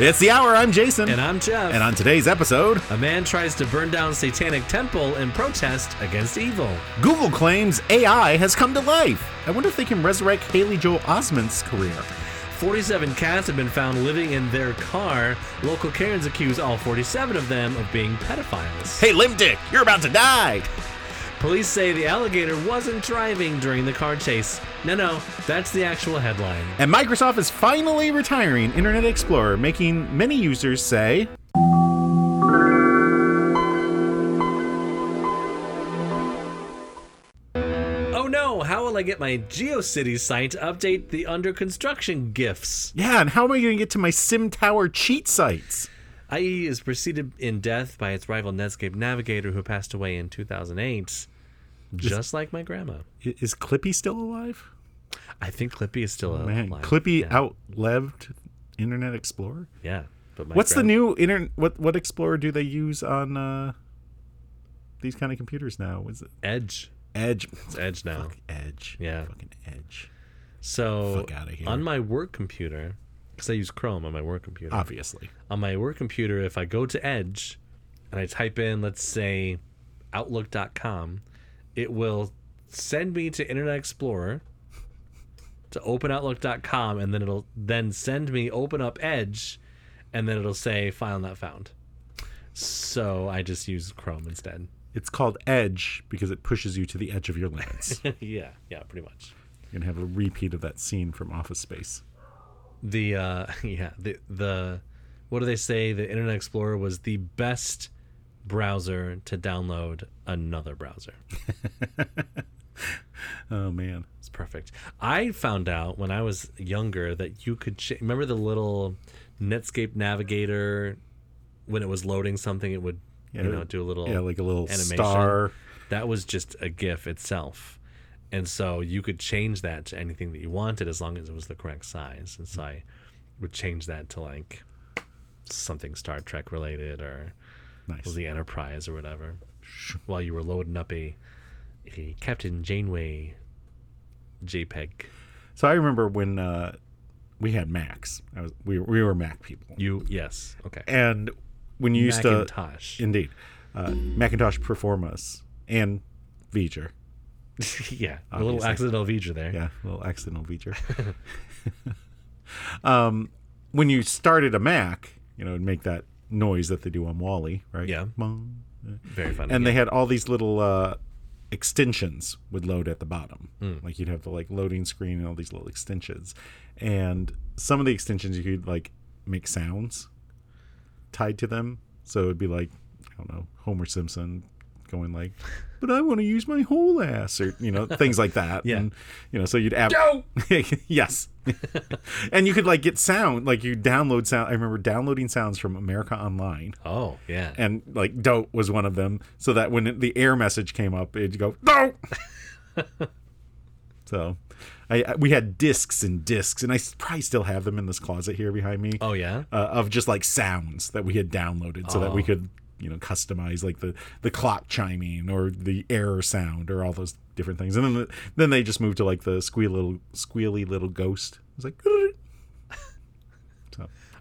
It's the hour. I'm Jason. And I'm Jeff. And on today's episode, a man tries to burn down satanic temple in protest against evil. Google claims AI has come to life. I wonder if they can resurrect Haley Joel Osment's career. 47 cats have been found living in their car. Local Karens accuse all 47 of them of being pedophiles. Hey, Limp Dick, you're about to die. Police say the alligator wasn't driving during the car chase. No, no, that's the actual headline. And Microsoft is finally retiring Internet Explorer, making many users say, Oh no, how will I get my GeoCity site to update the under construction GIFs? Yeah, and how am I going to get to my Sim Tower cheat sites? IE E is preceded in death by its rival Netscape Navigator, who passed away in 2008, just like my grandma. I- Is Clippy still alive? I think Clippy is still Oh, Man, alive. Clippy uh, yeah, outlived Internet Explorer. Yeah, but my What's the grand- new internet? What what Explorer do they use on uh, these kind of computers now? Is it Edge? Edge? It's Edge now. Fuck Edge. Yeah. Fucking Edge. So Fuck outta here. on my work computer, because I use Chrome on my work computer. Uh. Obviously. on my work computer, if I go to Edge and I type in, let's say, Outlook.com, it will send me to Internet Explorer to open Outlook.com, and then it'll then send me open up Edge, and then it'll say file not found. So I just use Chrome instead. It's called Edge because it pushes you to the edge of your limits. You're yeah, yeah, pretty much. gonna have a repeat of that scene from Office Space. The uh, yeah the the what do they say? The Internet Explorer was the best browser to download another browser. Oh man. It's perfect. I found out when I was younger that you could ch- remember the little Netscape Navigator when it was loading something, it would you know do a little yeah, like a little animation. star. That was just a GIF itself, and so you could change that to anything that you wanted as long as it was the correct size. And so I would change that to like something Star Trek related or was Nice. the Enterprise or whatever. While you were loading up a, a Captain Janeway JPEG. So I remember when uh, we had Macs. I was we were, we were Mac people. You yes okay. And when you used to Macintosh. Indeed. Uh, Macintosh Performance and V'ger. yeah, a little accidental feature there. Yeah, a little accidental feature. um, when you started a Mac, you know, it'd make that noise that they do on Wally, right? Yeah. Bong. Very funny. And they had all these little uh, extensions would load at the bottom. Hmm. Like you'd have the like loading screen and all these little extensions. And some of the extensions you could like make sounds tied to them. So it'd be like, I don't know, Homer Simpson going like, but I want to use my whole ass or, you know, things like that. Yeah. And, you know, so you'd add. yes. and you could like get sound, like you download sound. I remember downloading sounds from America Online oh yeah. and like dope was one of them so that when it- the air message came up it'd go dope so I, I we had discs and discs and i s- probably still have them in this closet here behind me oh yeah. uh, of just like sounds that we had downloaded so that we Oh. could you know customize like the the clock chiming or the error sound or all those different things and then the, then they just moved to like the squeal little squealy little ghost it was like so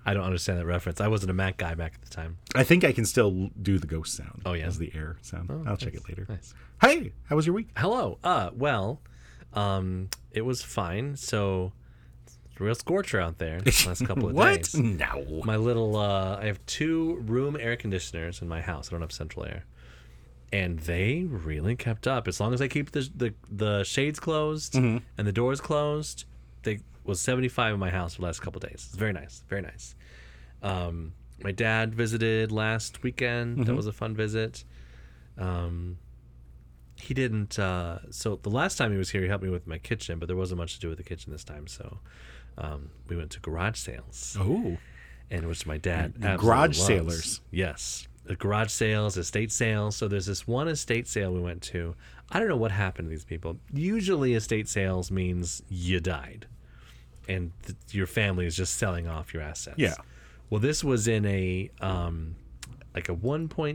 I don't understand that reference. I wasn't a Mac guy back at the time. I think I can still do the ghost sound. Oh, yeah? as the air sound. I'll check it later. Nice. Hey, how was your week? Hello. Uh. Well, um, it was fine. So, it's a real scorcher out there the last couple of What? days. No. My little. Uh, I have two room air conditioners in my house. I don't have central air. And they really kept up. As long as I keep the the, the shades closed and the doors closed, they was seventy five in my house for the last couple of days. It's very nice, very nice. Um, my dad visited last weekend. That was a fun visit. Um, he didn't. Uh, so the last time he was here, he helped me with my kitchen, but there wasn't much to do with the kitchen this time. So um, we went to garage sales Oh, and which my dad absolutely garage loves. sailors. Yes, the garage sales, estate sales. So there's this one estate sale we went to. I don't know what happened to these people. Usually, estate sales means you died, and th- your family is just selling off your assets. Yeah. Well, this was in a um, like a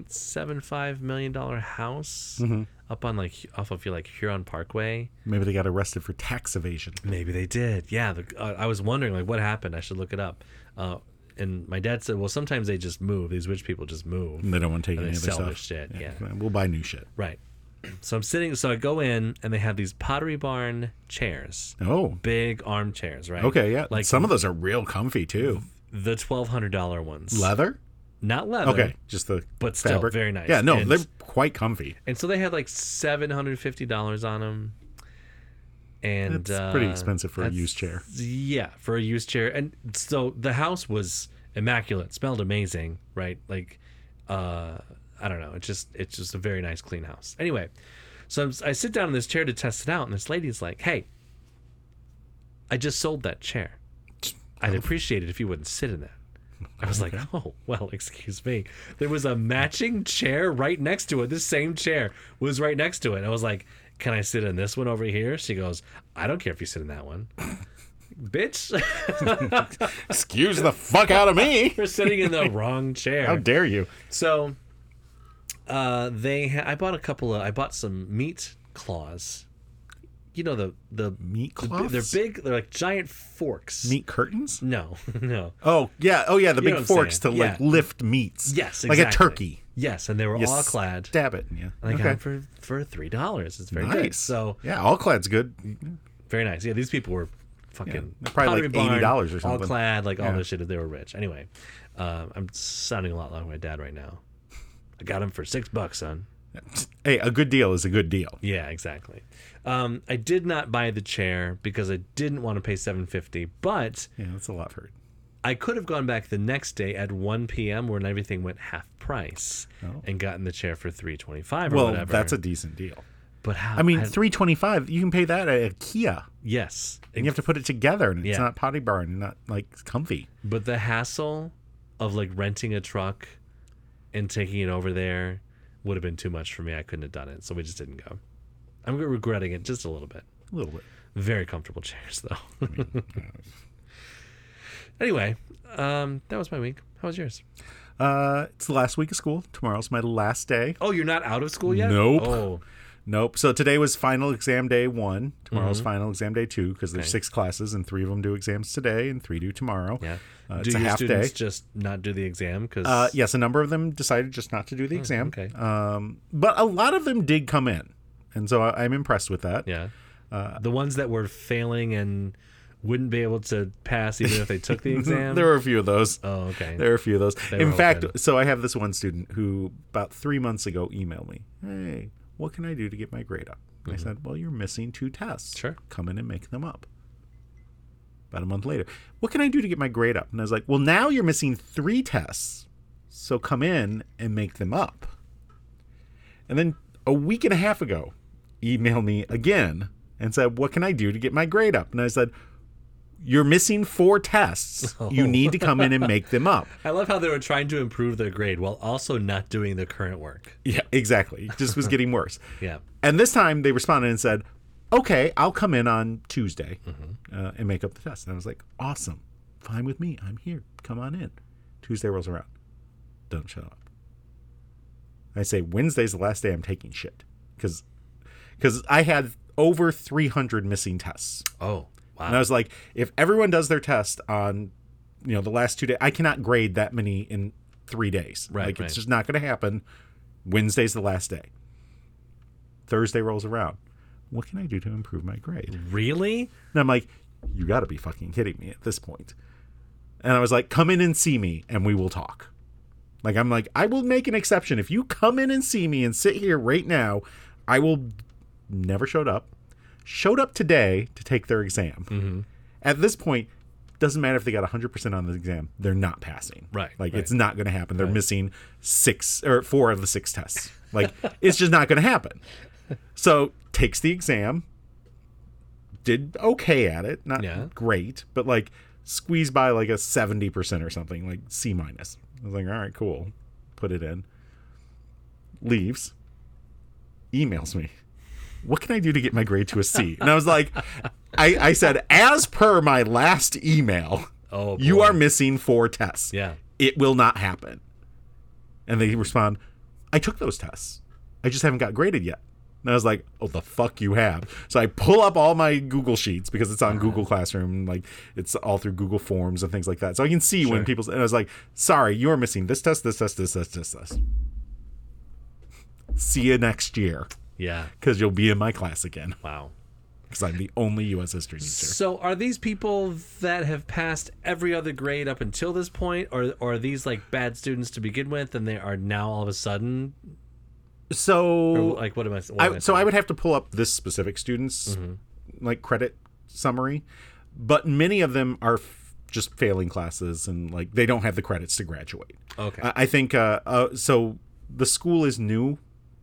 1.75 million dollar house Mm-hmm. up on like off of like Huron Parkway. maybe they got arrested for tax evasion. Maybe they did. Yeah, the, uh, I was wondering like what happened. I should look it up. Uh, and my dad said, well, sometimes they just move. These rich people just move. And they don't want to take And any they other sell stuff. their shit, yeah. We'll buy new shit. Right. So I'm sitting. So I go in, and they have these Pottery Barn chairs, Oh, big armchairs, right? okay, yeah. Like Mm, some of those are real comfy too. the twelve hundred dollar ones, Leather? not leather. Okay, just the But still, fabric. very nice. Yeah, no, And- they're quite comfy. And so they had like seven hundred fifty dollars on them, and That's pretty uh, expensive for a that's- used chair. Yeah, for a used chair, and so the house was immaculate, smelled amazing, right? Like, uh, I don't know, it's just it's just a very nice, clean house. Anyway, so I'm, si sit down in this chair to test it out, and this lady's like, "Hey, I just sold that chair. I'd appreciate it if you wouldn't sit in that." I was like, oh, well, excuse me. There was a matching chair right next to it. This same chair was right next to it. And I was like, can I sit in this one over here? She goes, I don't care if you sit in that one. Bitch, Excuse the fuck out of me. you're sitting in the wrong How chair. dare you? So, uh, they, ha- I bought a couple of, I bought some meat claws. You know, the, the, Meat the bi- cloths? they're big, they're like giant forks. Meat curtains? No, no. Oh yeah, oh yeah, the know big what I'm forks saying. to like Yeah. lift meats. Yes, like a exactly. turkey. Yes, and they were You all clad. Stab it. Yeah. And I got them for, for three dollars. It's very nice. good. So yeah, all clad's good. Very nice. Yeah, these people were fucking they're probably like pottery barn, $80 or All something. clad, like all Yeah. this shit. They were rich. Anyway, um, I'm sounding a lot like my dad right now. I got him for six bucks, son. Hey, a good deal is a good deal. Yeah, exactly. Um, I did not buy the chair because I didn't want to pay seven fifty, but Yeah, that's a lot for it. I could have gone back the next day at one p.m. when everything went half price Oh. and gotten the chair for three twenty-five or Well, whatever. that's a decent deal. but how? I mean, three twenty-five. You can pay that at IKEA, yes, and you have to put it together, and it's Yeah. not potty barn, and not like comfy. But the hassle of like renting a truck and taking it over there would have been too much for me. I couldn't have done it, so we just didn't go. I'm regretting it just a little bit. A little bit. Very comfortable chairs though. anyway, um, that was my week. How was yours? Uh, it's the last week of school. Tomorrow's my last day. Oh, you're not out of school yet? Nope. Oh, Nope. So today was final exam day one. Tomorrow's final exam day two because there's six classes and three of them do exams today and three do tomorrow. yeah. Uh, do it's a your half students day. just not do the exam? Because Uh, yes, a number of them decided just not to do the exam. okay. Um, but a lot of them did come in, and so I, I'm impressed with that. yeah, uh, the ones that were failing and wouldn't be able to pass even if they took the exam. There were a few of those. oh, okay. There are a few of those. In were fact, open. so I have this one student who about three months ago emailed me, "Hey, what can I do to get my grade up?" And I said, "Well, you're missing two tests. Sure. come in and make them up." About a month later, what can I do to get my grade up? And I was like, "Well, now you're missing three tests, so come in and make them up." And then a week and a half ago, emailed me again and said, "What can I do to get my grade up?" And I said. You're missing four tests. You need to come in and make them up. I love how they were trying to improve their grade while also not doing the current work. Yeah, exactly. It just was getting worse. Yeah. And this time they responded and said, okay, I'll come in on Tuesday uh, and make up the test. And I was like, awesome. Fine with me. I'm here. Come on in. Tuesday rolls around. Don't show up. I say, Wednesday's the last day I'm taking shit. Because I had over 300 missing tests. Oh, wow. And I was like, if everyone does their test on, you know, the last two days, I cannot grade that many in three days. Right, Like, right. it's just not going to happen. Wednesday's the last day. Thursday rolls around. What can I do to improve my grade? And really? I'm like, you got to be fucking kidding me at this point. And I was like, come in and see me and we will talk. Like, I'm like, I will make an exception. If you come in and see me and sit here right now, I will. Never showed up. Showed up today to take their exam Mm-hmm. at this point doesn't matter if they got 100% on the exam they're not passing Right, like right. it's not going to happen they're missing six or four of the six tests like it's just not going to happen so takes the exam did okay at it not Yeah. great but like squeezed by like a 70% or something like c minus i was like all right cool put it in leaves emails me what can I do to get my grade to a C? And I was like, I, I said, as per my last email, Oh, you boy. are missing four tests. Yeah. It will not happen. And they respond, I took those tests. I just haven't got graded yet. And I was like, oh, the fuck you have. So I pull up all my Google Sheets because it's on Google Classroom. and, Like it's all through Google Forms and things like that. So I can see when people's. And I was like, sorry, you are missing this test, this test, this test, this test. See you next year Yeah. because you'll be in my class again Wow. because I'm the only U.S. history teacher. So are these people that have passed every other grade up until this point, or, or are these like bad students to begin with, and they are now all of a sudden So like what am I? What am I, so I saying? would have to pull up this specific student's Mm-hmm. like credit summary, but many of them are f- just failing classes and like they don't have the credits to graduate. okay. I, I think uh, uh, so. The school is new,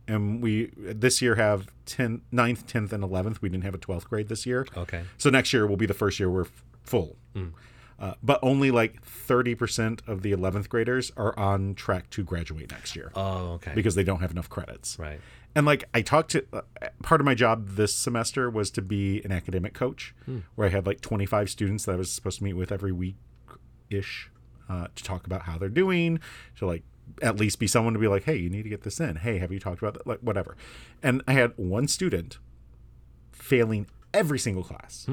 and we this year have 10th, 9th, tenth, and eleventh. We didn't have a twelfth grade this year. okay. So next year will be the first year we're f- full. Mm. Uh, but only like 30% of the 11th graders are on track to graduate next year Oh, okay. because they don't have enough credits. right. And like I talked to uh, part of my job this semester was to be an academic coach where I had like 25 students that I was supposed to meet with every week ish uh, to talk about how they're doing, to like at least be someone to be like, hey, you need to get this in. Hey, have you talked about that? Like, whatever. And I had one student failing every single class,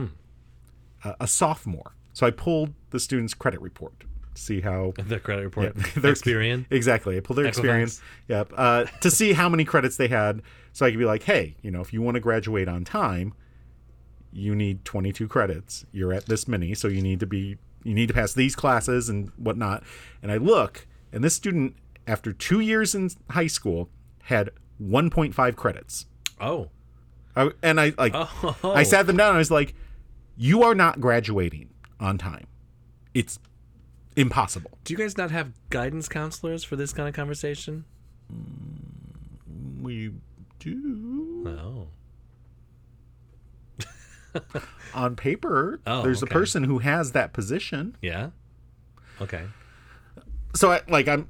uh, a sophomore. So I pulled the student's credit report to see how The credit report. their- Experian. Exactly. I pulled their experience. Yep. Uh, to see how many credits they had, so I could be like, hey, you know, if you want to graduate on time, you need 22 credits. You're at this many, so you need to be, you need to pass these classes and whatnot. And I look, and this student, after two years in high school, had 1.5 credits. Oh. I, and I like, Oh. I sat them down. and I was like, you are not graduating on time. It's impossible. Do you guys not have guidance counselors for this kind of conversation? We do. Oh. on paper Oh, there's okay. a person who has that position Yeah. Okay. so i like i'm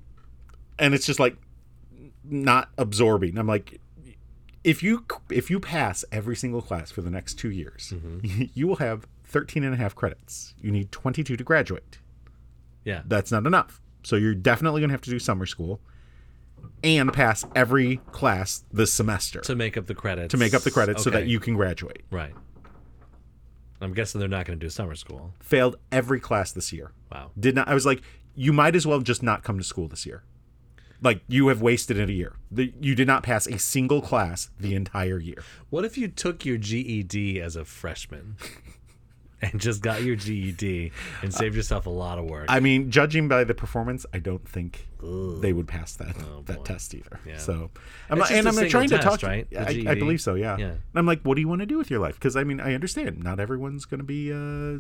and it's just like not absorbing i'm like if you if you pass every single class for the next two years Mm-hmm. you will have 13 and a half credits you need 22 to graduate Yeah. that's not enough so you're definitely going to have to do summer school and pass every class this semester To make up the credits. to make up the credits so that Okay. you can graduate Right. I'm guessing they're not going to do summer school. failed every class this year Wow. did not i was like you might as well just not come to school this year like you have wasted a year the, you did not pass a single class the entire year What if you took your GED as a freshman and just got your GED and saved yourself a lot of work? i mean judging by the performance i don't think they would pass that that test either so i'm not, Oh, It's just and a i'm single trying to test, talk right? The I, I GED. believe so yeah. Yeah. and i'm like what do you want to do with your life because i mean i understand not everyone's going to be a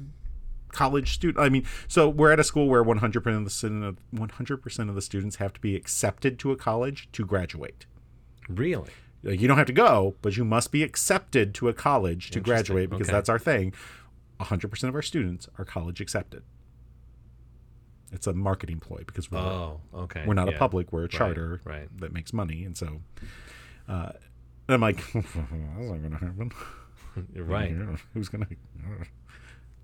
college student i mean so we're at a school where 100% of the student- 100% of the students have to be accepted to a college to graduate really? Like, you don't have to go, but you must be accepted to a college to graduate because Okay. that's our thing. 100% of our students are college accepted. It's a marketing ploy because we're, Oh, okay. we're not Yeah. a public, we're a charter right. that makes money. And so uh, and I'm like, that's not going to happen. Right. Yeah, Who's going to public,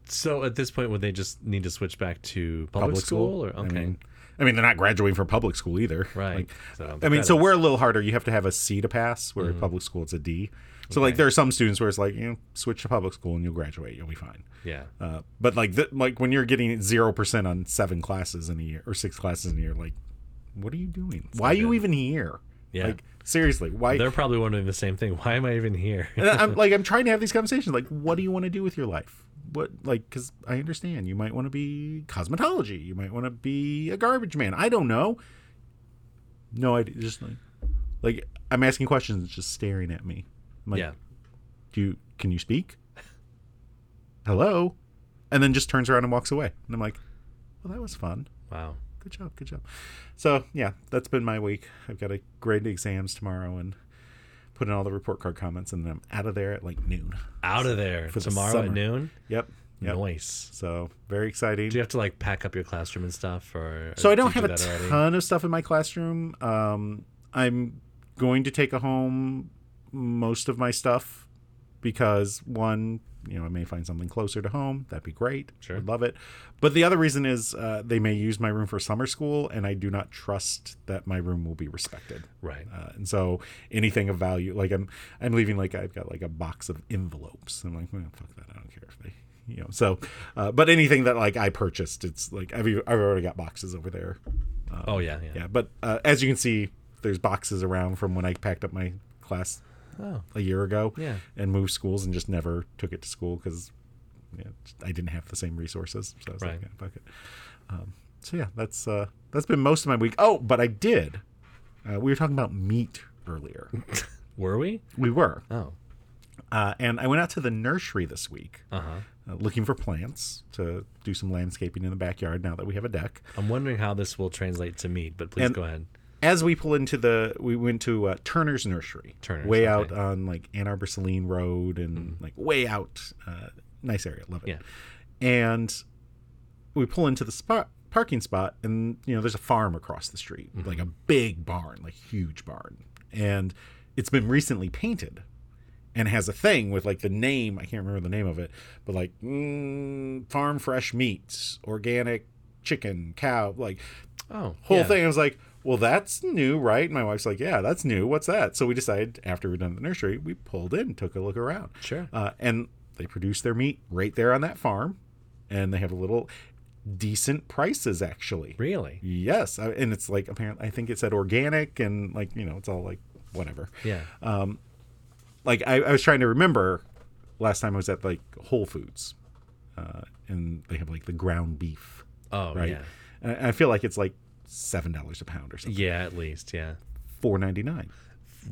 So at this point, would they just need to switch back to public, school? Or I okay, mean, I mean, they're not graduating from public school either. right? Like, So I mean, so credits. we're a little harder. You have to have a C to pass, where in public school it's a D. So like, there are some students where it's like, you know, switch to public school and you'll graduate, you'll be fine. yeah, Uh, but like, th- like when you're getting zero percent on seven classes in a year or six classes in a year, like, what are you doing? why are you even here? Yeah. Like seriously, why? they're probably wondering the same thing. Why am I even here? and I'm like, I'm trying to have these conversations. Like, what do you want to do with your life? What like, because I understand you might want to be cosmetology, you might want to be a garbage man. I don't know. No idea. Just like, like I'm asking questions, it's just staring at me. I'm like, yeah, do you, can you speak? Hello, and then just turns around and walks away. And I'm like, well, that was fun. wow. Good job, good job. So yeah, that's been my week. I've got to grade the exams tomorrow and put in all the report card comments, and then I'm out of there at like noon. Out of there For the tomorrow at summer. noon. Yep. Yep. Nice. So very exciting. Do you have to like pack up your classroom and stuff, or so or I don't did you have a do that already? ton of stuff in my classroom. Um, I'm going to take home most of my stuff because one, you know, I may find something closer to home. That'd be great. Sure. I'd love it. But the other reason is uh, they may use my room for summer school, and I do not trust that my room will be respected. Right. Uh, and so anything of value, like I'm, I'm leaving like I've got like a box of envelopes. I'm like, well, fuck that. I don't care if they, you know. So, uh, but anything that like I purchased, it's like I've, I've already got boxes over there. Um, Oh yeah, yeah. yeah. But uh, as you can see, there's boxes around from when I packed up my class Oh, a year ago Yeah. and moved schools and just never took it to school because I didn't have the same resources. So I was Right. like, yeah, fuck it. Um, so yeah, that's uh, that's been most of my week. Oh, but I did. Uh, we were talking about meat earlier. were we? we were, Oh, uh, and I went out to the nursery this week uh huh. uh, looking for plants to do some landscaping in the backyard. Now that we have a deck, I'm wondering how this will translate to meat, but please And- go ahead. as we pull into the we went to uh, turner's nursery Turner's, way okay. Mm-hmm. out on like ann arbor saline road and like way out uh, nice area love it Yeah. and we pull into the spot parking spot and you know there's a farm across the street Mm-hmm. like a big barn like huge barn and it's been recently painted and has a thing with like the name i can't remember the name of it but like mm, farm fresh meats organic chicken cow like Oh, whole yeah. thing. I was like, well, that's new, right? And my wife's like, yeah, that's new. What's that? So we decided after we we're done at the nursery, we pulled in, took a look around. Sure. Uh, and they produce their meat right there on that farm. And they have a little decent prices, actually. Really? Yes. I- And it's like, apparently, I think it said organic and like, you know, it's all like whatever. Yeah. Uh, Like, I, I was trying to remember last time I was at like Whole Foods uh, and they have like the ground beef, oh, right? yeah. And I- I feel like it's like $7 a pound or something. Yeah, at least, yeah. four ninety nine,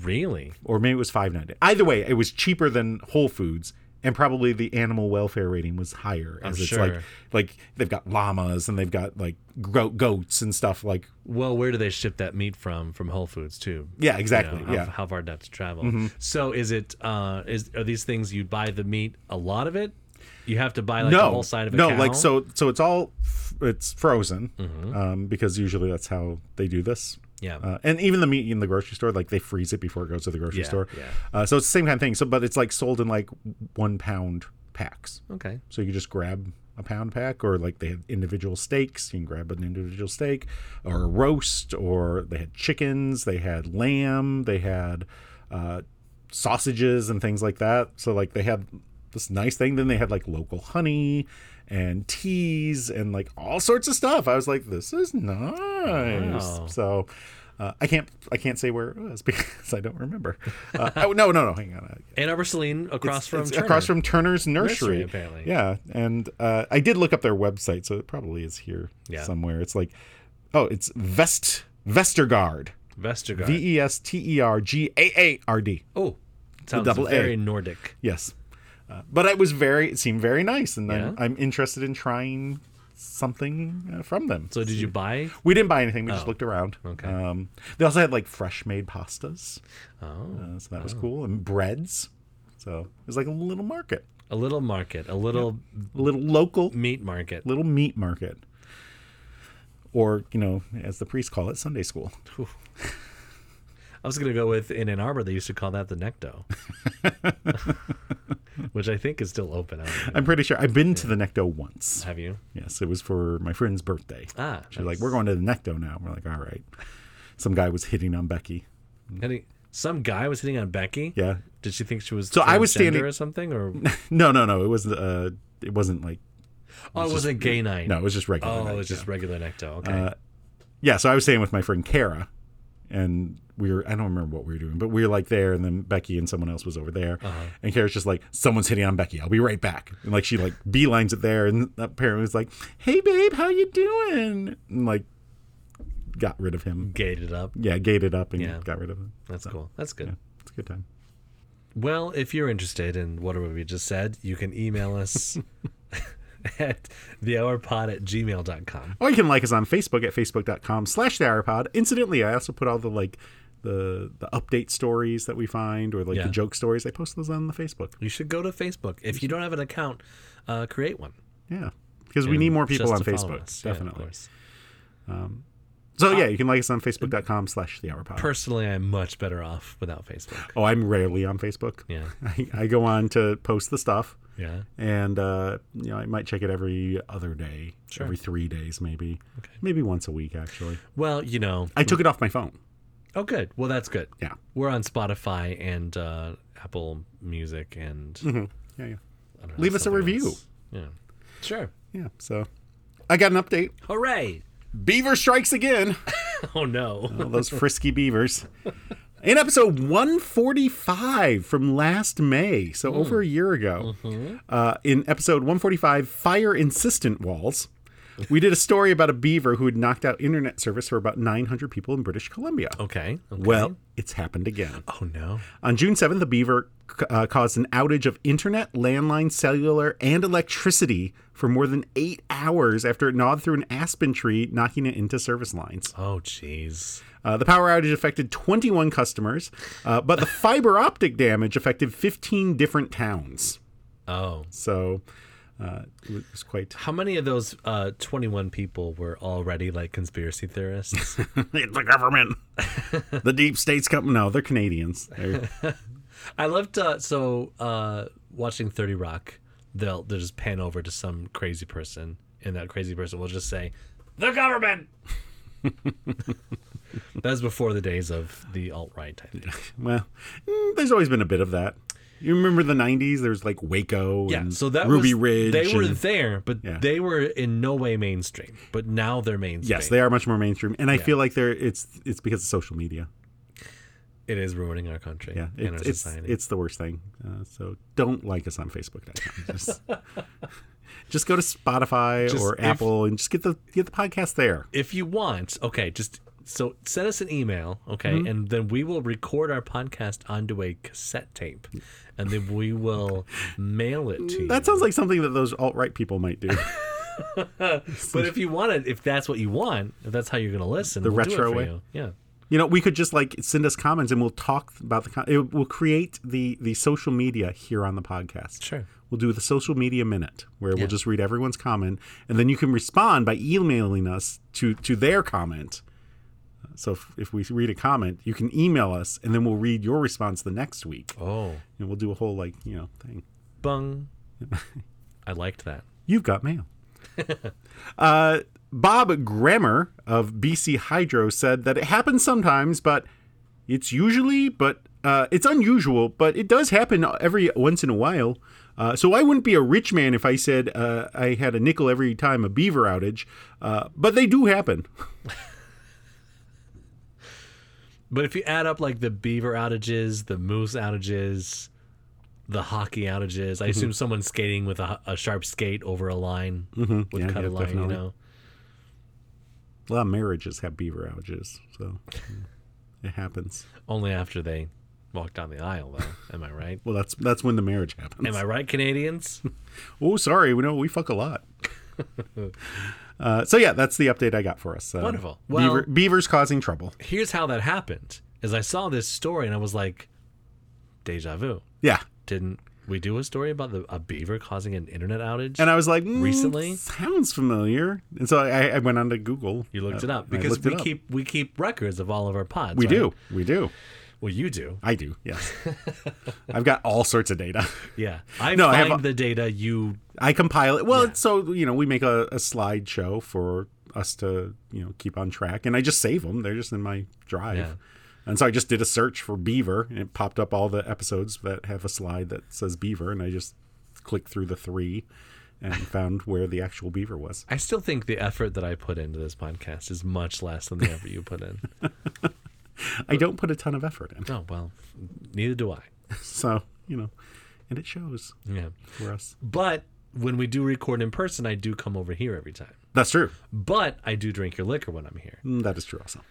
Really? or maybe it was five ninety. Either way, it was cheaper than Whole Foods, and probably the animal welfare rating was higher. As I'm it's sure. like like they've got llamas and they've got like gro- goats and stuff. Like Well, where do they ship that meat from? From Whole Foods too. yeah, You know, exactly. how, yeah, Mm-hmm. how far does to travel? So is it? Uh, is are these things you buy the meat? A lot of it. You have to buy like the no, whole side of a no, cow? Mm-hmm. like so so it's all f- it's frozen um, because usually that's how they do this. Yeah. Uh, and even the meat in the grocery store, like they freeze it before it goes to the grocery Yeah, store. yeah. Uh, so it's the same kind of thing. So, but it's like sold in like one pound packs. okay. So you could just grab a pound pack, or like they had individual steaks. You can grab an individual steak, or a roast, or they had chickens, they had lamb, they had uh, sausages and things like that. So like they had this nice thing. Then they had like local honey and teas and like all sorts of stuff. I was like, this is nice. Wow. So. Uh, I can't. I can't say where it was because I don't remember. Uh, oh no, no, no! Hang on. I- Ann Arbor Saline across it's- from it's Turner. across from Turner's Nursery, Nursery. apparently. Yeah, and uh, I did look up their website, so it probably is here Yeah. somewhere. It's like, oh, it's Vest Vestergaard, Vestergaard. V E S T E R G A A R D. oh, sounds double A. very Nordic. Yes, uh, but it was very. It seemed very nice, and I'm, Yeah. I'm interested in trying something uh, from them. So did you buy? we didn't buy anything. We just looked around. Okay. Um, they also had like fresh made pastas, Oh, uh, so that was cool, and breads. So it was like a little market, a little market, a little a little local meat market. little meat market or you know as the priests call it sunday school I was gonna go with in Ann Arbor. They used to call that the Necto, which I think is still open. I don't know. i'm pretty sure i've been to the necto once Have you? yes it was for my friend's birthday Ah, she's like we're going to the necto now we're like all right some guy was hitting on becky hitting, some guy was hitting on Becky. yeah Did she think she was? So I was transgender standing- or something, or no no no it was uh it wasn't like oh, it wasn't gay night. no it was just regular oh, night, it was just yeah. Uh, regular Necto. Okay, yeah so i was staying with my friend kara and we were i don't remember what we were doing but we were like there and then becky and someone else was over there Uh-huh. and kara's just like someone's hitting on becky i'll be right back and like she like beelines it there and apparently was like hey babe how you doing and like got rid of him gated up. yeah gated up and Yeah. got rid of him That's cool. That's good. it's a good time Well, if you're interested in whatever we just said, you can email us at thehourpod at gmail.com. or you can like us on facebook at facebook.com slash the hourpod incidentally i also put all the like the the update stories that we find or like Yeah. the joke stories i post those on the facebook You should go to Facebook. If you don't have an account, uh, create one. Yeah, because we need more people Just on to follow Facebook. us. Yeah, of Uh, Definitely. course. So yeah, you can like us on Facebook.com slash the hour pod. Personally, I'm much better off without Facebook. oh, I'm rarely on Facebook. Yeah. I, I go on to post the stuff Yeah. and uh, you know, I might check it every other day. Sure. Every three days maybe. Maybe once a week actually. Well, you know. I took it off my phone. Oh, good. Well, that's good. Yeah. We're on Spotify and uh, Apple Music and Yeah, yeah. I don't know, Mm-hmm. Leave us a something review. else. Yeah. Sure. Yeah. So I got an update. Hooray! Beaver strikes again. Oh no. All those frisky beavers. In episode 145 from last May, so over a year ago, uh, in episode 145, Fire Insistent Walls, we did a story about a beaver who had knocked out internet service for about 900 people in British Columbia. Okay. okay. Well, it's happened again. Oh no. On June 7th, the beaver c- uh, caused an outage of internet, landline, cellular, and electricity for more than eight hours after it gnawed through an aspen tree, knocking it into service lines. Oh jeez. Uh, the power outage affected 21 customers, uh, but the fiber optic damage affected 15 different towns. Oh. So uh, it was quite. How many of those uh, 21 people were already like conspiracy theorists? it's the government. the deep state's coming. No, they're Canadians. They're- I loved uh, so uh, watching Thirty Rock. They'll they'll just pan over to some crazy person, and that crazy person will just say, "The government." that was before the days of the alt right. I think. well, mm, there's always been a bit of that. You remember the 90s? There was like Waco Yeah, and so that Ruby was, Ridge. They were and- there, but Yeah. they were in no way mainstream. But now they're mainstream. yes, they are much more mainstream. And I feel like they're it's it's because of social media. it is ruining our country Yeah, and it's our it's, society. it's the worst thing. Uh, so don't like us on Facebook.com. Just, just go to Spotify Just or if- Apple and just get the get the podcast there. if you want, okay, just so send us an email, okay, Mm-hmm. and then we will record our podcast onto a cassette tape, and then we will mail it to you. That sounds like something that those alt right people might do. but if you want it, if that's what you want, if that's how you're going to listen, the retro way? yeah. you know, we could just like send us comments and we'll talk about the. Con- it, we'll create the the social media here on the podcast. Sure. We'll do the social media minute where we'll just read everyone's comment and then you can respond by emailing us to to their comment. So if, if we read a comment, you can email us and then we'll read your response the next week. Oh, and we'll do a whole like you know thing. bung. I liked that. You've got mail. uh, Bob Grammer of BC Hydro said that it happens sometimes, but it's usually, but uh, it's unusual, but it does happen every once in a while. Uh, so I wouldn't be a rich man if I said uh, I had a nickel every time a beaver outage, uh, but they do happen. But if you add up like the beaver outages, the moose outages, the hockey Mm-hmm. outages, I assume someone's skating with a, a sharp skate over a line would Mm-hmm. Yeah, cut yeah, a line, definitely. you know. A lot of marriages have beaver outages, so mm, it happens. Only after they walk down the aisle, though. Am I right? Well, that's that's when the marriage happens. Am I right, Canadians? Oh, sorry. We know we fuck a lot. uh, so yeah, that's the update I got for us. Uh, Wonderful. Beaver, Well- beavers causing trouble. Here's how that happened: is I saw this story and I was like, "Deja vu." Yeah, Didn't we do a story about the, a beaver causing an internet outage? and I was like, mm, Recently? sounds familiar. And so I, I went on to Google. you looked Uh, it up I because looked we it up. keep we keep records of all of our pods. We right? do. We do. Well, you do. I do. Yes. I've got all sorts of data. Yeah. I No, I have find a- the data. You I compile it. Well, it's so you know, we make a, a slideshow for us to you know keep on track, and I just save them. They're just in my drive. Yeah. And so I just did a search for Beaver, and it popped up all the episodes that have a slide that says Beaver, and I just clicked through the three and found where the actual Beaver was. I still think the effort that I put into this podcast is much less than the effort you put in. I don't put a ton of effort in, Oh well, neither do I. so you know, and it shows Yeah. for us. But when we do record in person, I do come over here every time. That's true. But I do drink your liquor when I'm here. Mm, That is true. Also,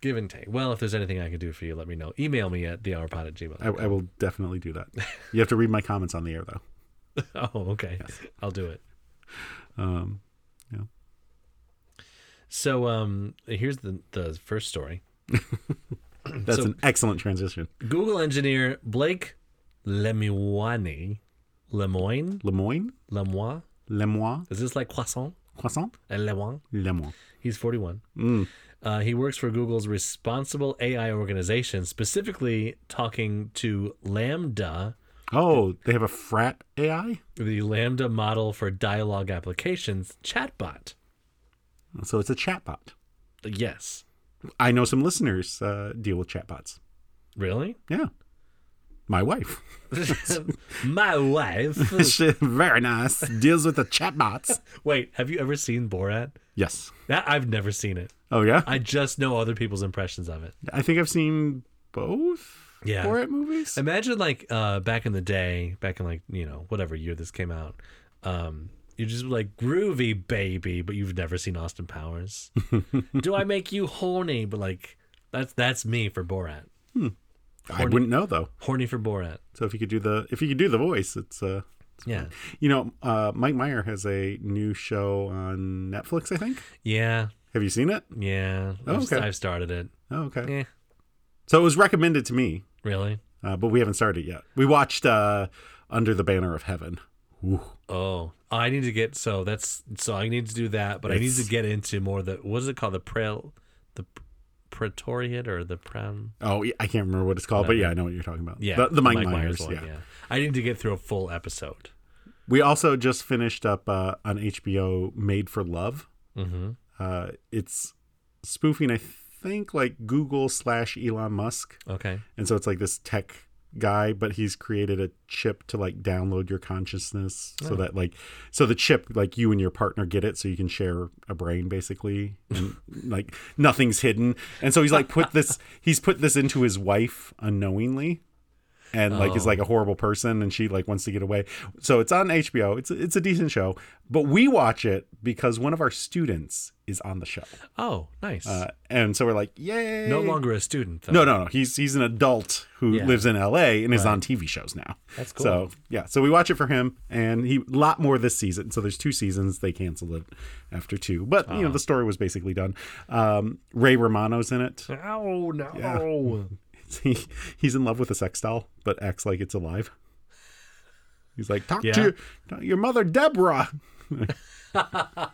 Give and take. Well, if there's anything I can do for you, let me know. Email me at thehourpod at I, gmail. I will definitely do that. You have to read my comments on the air, though. oh, okay. I'll do it. Um, yeah. So um, here's the, the first story. That's an excellent transition. Google engineer Blake Lemoine, Lemoine, Lemoyne, Lemoine. Lemoine. Is this like croissant? Croissant? Lewang. Lemon. He's 41. Uh, he works for Google's responsible AI organization, specifically talking to Lambda, Oh, they have a frat AI? the Lambda model for dialogue applications chatbot. So it's a chatbot. Yes. I know some listeners uh, deal with chatbots. Really? Yeah. My wife. My wife. She- Very nice. Deals with the chatbots. Wait, have you ever seen Borat? Yes. That I've never seen it. Oh, yeah? I just know other people's impressions of it. I think I've seen both Yeah. Borat movies. Imagine like uh back in the day, back in like, you know, whatever year this came out. Um you're just like groovy baby, but you've never seen Austin Powers. Do I make you horny? But like that's that's me for Borat. I wouldn't know though. Horny for Borat. So if you could do the if you could do the voice, it's uh Yeah. you know, uh Mike Meyer has a new show on Netflix, I think. Yeah. Have you seen it? Yeah. Oh, I've- okay. I've started it. Oh, okay. Yeah. So it was recommended to me, Really? uh, but we haven't started it yet. We watched uh Under the Banner of Heaven. Ooh. Oh, I need to get so that's so I need to do that, but I need to It's- get into more the what is it called the prel the pr- Praetorian or the Prem? Oh, yeah, I can't remember what it's called, but yeah, I know what you're talking about. Yeah, the, the Mike, Myers. one, yeah. I need to get through a full episode. We also just finished up uh, on HBO Made for Love. Mm-hmm. Uh, it's spoofing, I think, like Google slash Elon Musk. Okay. And so it's like this tech guy, but he's created a chip to like download your consciousness so that like so the chip like you and your partner get it so you can share a brain basically and like nothing's hidden. And so he's like put this he's put this into his wife unknowingly and like is like a horrible person and she like wants to get away. So it's on HBO. It's it's a decent show, but we watch it because one of our students is on the show. Oh, nice. Uh, and so we're like, yay. no longer a student though. No, no, no. He's he's an adult who Yeah. lives in LA and is on TV shows now. That's cool. So yeah, so we watch it for him, and he lot more this season. So there's two seasons. They canceled it after two, but you Oh. know the story was basically done. Um, Ray Romano's in it. Oh no. He, he's in love with a sex doll, but acts like it's alive. He's like, talk Yeah. to your, talk to your mother, Deborah. yeah,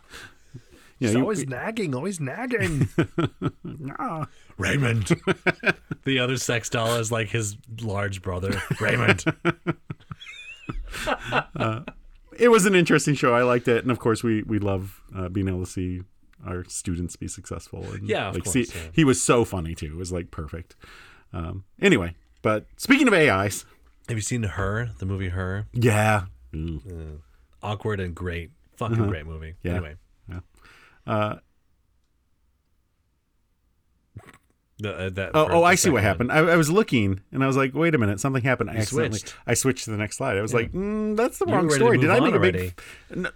you, nagging, always nagging. nah. Raymond. the other sex doll is like his large brother, Raymond. it was an interesting show. I liked it, and of course, we we love uh, being able to see our students be successful. And, Yeah, of like, course, see- yeah. he was so funny too. It was like perfect. Um, anyway, but speaking of AIs, Have you seen Her, the movie Her? yeah, Mm. awkward and great. Fucking great movie. Uh-huh. Yeah. Anyway. Yeah. Uh, the, uh, that Oh, for oh, the I see second what one. happened. I, I was looking and I was like, wait a minute, something happened. I accidentally, switched. I switched to the next slide. I was like, mm, that's the You were wrong ready to story. Did move I on make a already. big? No,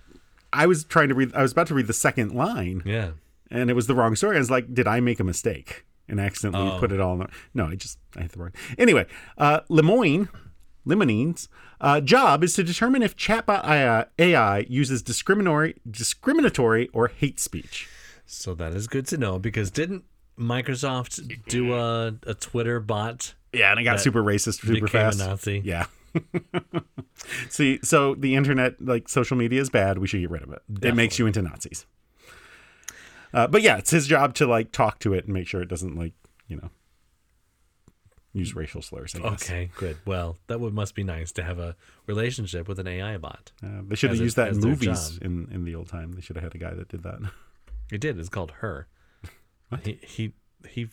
I was trying to read. I was about to read the second line, Yeah. and it was the wrong story. I was like, did I make a mistake and accidentally put it all in the No, I just I hit the wrong. Anyway, uh, Lemoyne, Lemonine's uh, job is to determine if chatbot AI, AI uses discriminatory, discriminatory or hate speech. So that is good to know because didn't Microsoft do a, a Twitter bot Yeah, and I got super racist super became fast. a Nazi? Yeah. See, so the internet, like social media, is bad. We should get rid of it. It makes you into Nazis. Uh, but yeah, it's his job to like talk to it and make sure it doesn't like you know use racial slurs. I guess. Okay, good. Well, that would must be nice to have a relationship with an AI bot. Uh, they should As have a- used that in as their movies job. in, in the old time. They should have had a guy that did that. It did. It's called Her. He he he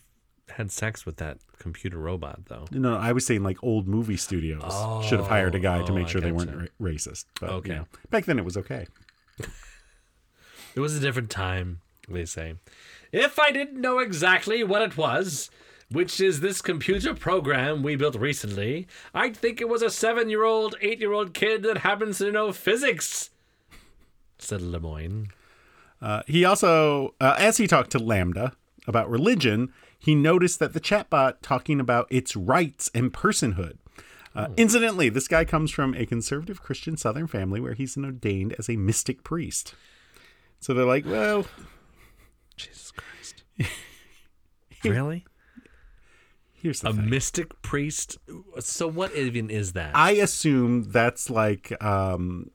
had sex with that computer robot though. No, no, I was saying like old movie studios should have hired a guy to Oh, make I sure they weren't gotcha. ra- racist. But, Okay. you know, back then it was okay. It was a different time, they say. If I didn't know exactly what it was, which is this computer program we built recently, I'd think it was a seven year old, eight year old kid that happens to know physics, said Lemoyne. Uh, he also, uh, as he talked to Lambda about religion, he noticed that the chatbot talking about its rights and personhood. Uh, Hmm. Incidentally, this guy comes from a conservative Christian Southern family where he's ordained as a mystic priest. So they're like, well, Jesus Christ. really? here's the A thing. mystic priest? So, what even is that? I assume that's like um,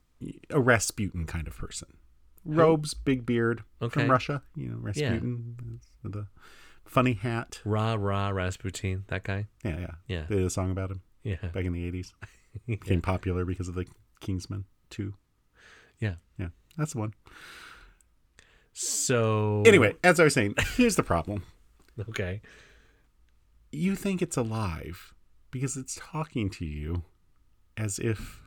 a Rasputin kind of person. robes, big beard Okay. from Russia. You know, Rasputin, with the funny hat. Ra Ra Rasputin, that guy. Yeah, yeah, Yeah. They did a song about him Yeah. back in the eighties. Became popular because of the Kingsman two. Yeah. Yeah, that's the one. So Anyway, as I was saying, here's the problem. Okay. you think it's alive because it's talking to you as if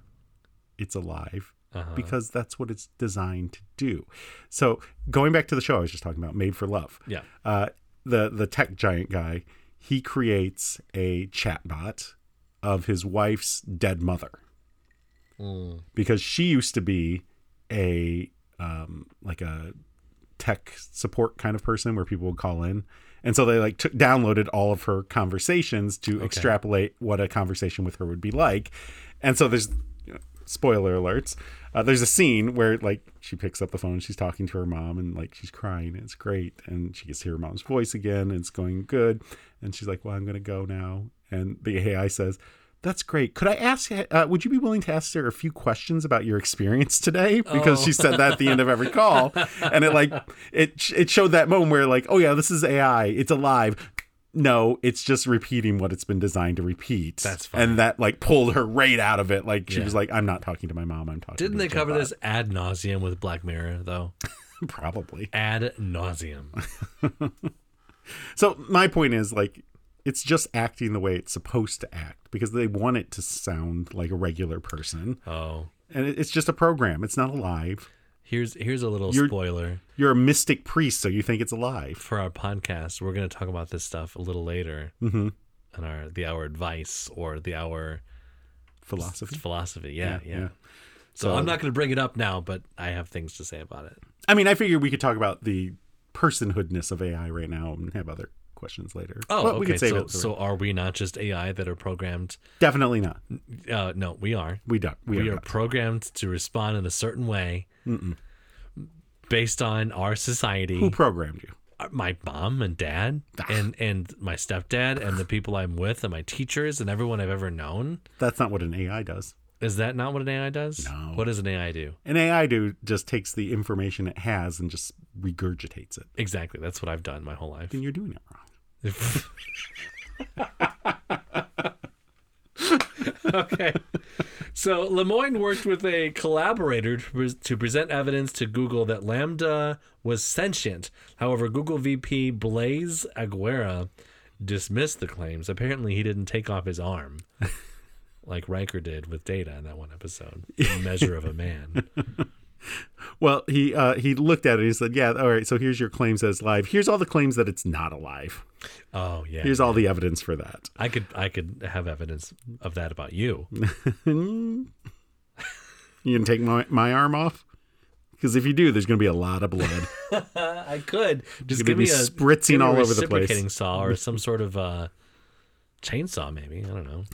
it's alive Uh-huh. because that's what it's designed to do. So going back to the show I was just talking about, Made for Love, Yeah. uh, the the tech giant guy, he creates a chatbot of his wife's dead mother Mm. because she used to be a um, like a tech support kind of person where people would call in and so they like took downloaded all of her conversations to extrapolate what a conversation with her would be like and so there's you know, spoiler alerts uh, there's a scene where like she picks up the phone she's talking to her mom and like she's crying and it's great and she gets to hear her mom's voice again and it's going good and she's like well i'm gonna go now and the ai says that's great. Could I ask? Uh, would you be willing to ask her a few questions about your experience today? Because she said that at the end of every call, and it like it it showed that moment where like, oh yeah, this is AI. It's alive. No, it's just repeating what it's been designed to repeat. That's fine. And that like pulled her right out of it. Like she Yeah. was like, I'm not talking to my mom. I'm talking. to Didn't they the cover chatbot." this ad nauseum with Black Mirror though? Probably. Ad nauseum. So my point is like. It's just acting the way it's supposed to act because they want it to sound like a regular person. Oh, And it- it's just a program. It's not alive. here's here's a little You're- spoiler You're a mystic priest, so you think it's alive. for our podcast. We're going to talk about this stuff a little later Mm-hmm. on our the hour advice or the hour Philosophy. philosophy. Yeah, yeah. yeah. So, I'm not going to bring it up now, but I have things to say about it. I mean, I figured we could talk about the personhoodness of AI right now and have other questions later. Oh, But okay. we could save so, it. for- so are we not just AI that are programmed? Definitely not. Uh, no, we are. We don't. We, We, are. are not. programmed to respond in a certain way based on our society. Who programmed you? uh, my mom and dad and and my stepdad and the people I'm with and my teachers and everyone I've ever known. That's not what an AI does. Is that not what an AI does? No. What does an AI do? An AI do just takes the information it has and just regurgitates it. Exactly. That's what I've done my whole life. Then you're doing it wrong. okay. So Lemoyne worked with a collaborator to, pres to present evidence to Google that Lambda was sentient. However, Google VP Blaze Aguera dismissed the claims. Apparently, he didn't take off his arm like Riker did with Data in that one episode, Measure of a Man. Well, he uh, he looked at it. and He said, "Yeah, all right. So here's your claims that it's live. Here's all the claims that it's not alive. Oh yeah. Here's all the evidence for that." I could I could have evidence of that about you. You can take my, my arm off because if you do, there's going to be a lot of blood. I could just gonna give me be a spritzing give me a all over the place. reciprocating saw or some sort of uh, chainsaw, maybe. I don't know.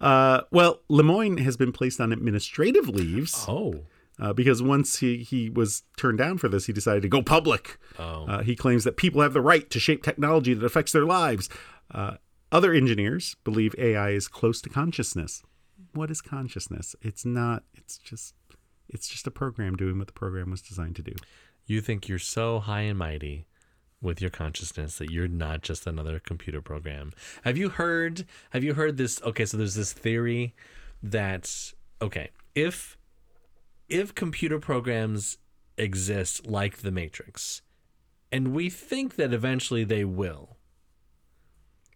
Uh, well, Lemoyne has been placed on administrative leaves Oh, uh, because once he, he was turned down for this, he decided to go public. oh, Uh, he claims that people have the right to shape technology that affects their lives. Uh, other engineers believe AI is close to consciousness. What is consciousness? It's not. It's just. It's just a program doing what the program was designed to do. you think you're so high and mighty with your consciousness that you're not just another computer program. Have you heard? Have you heard this? Okay, so there's this theory that okay, if if computer programs exist like the Matrix, and we think that eventually they will.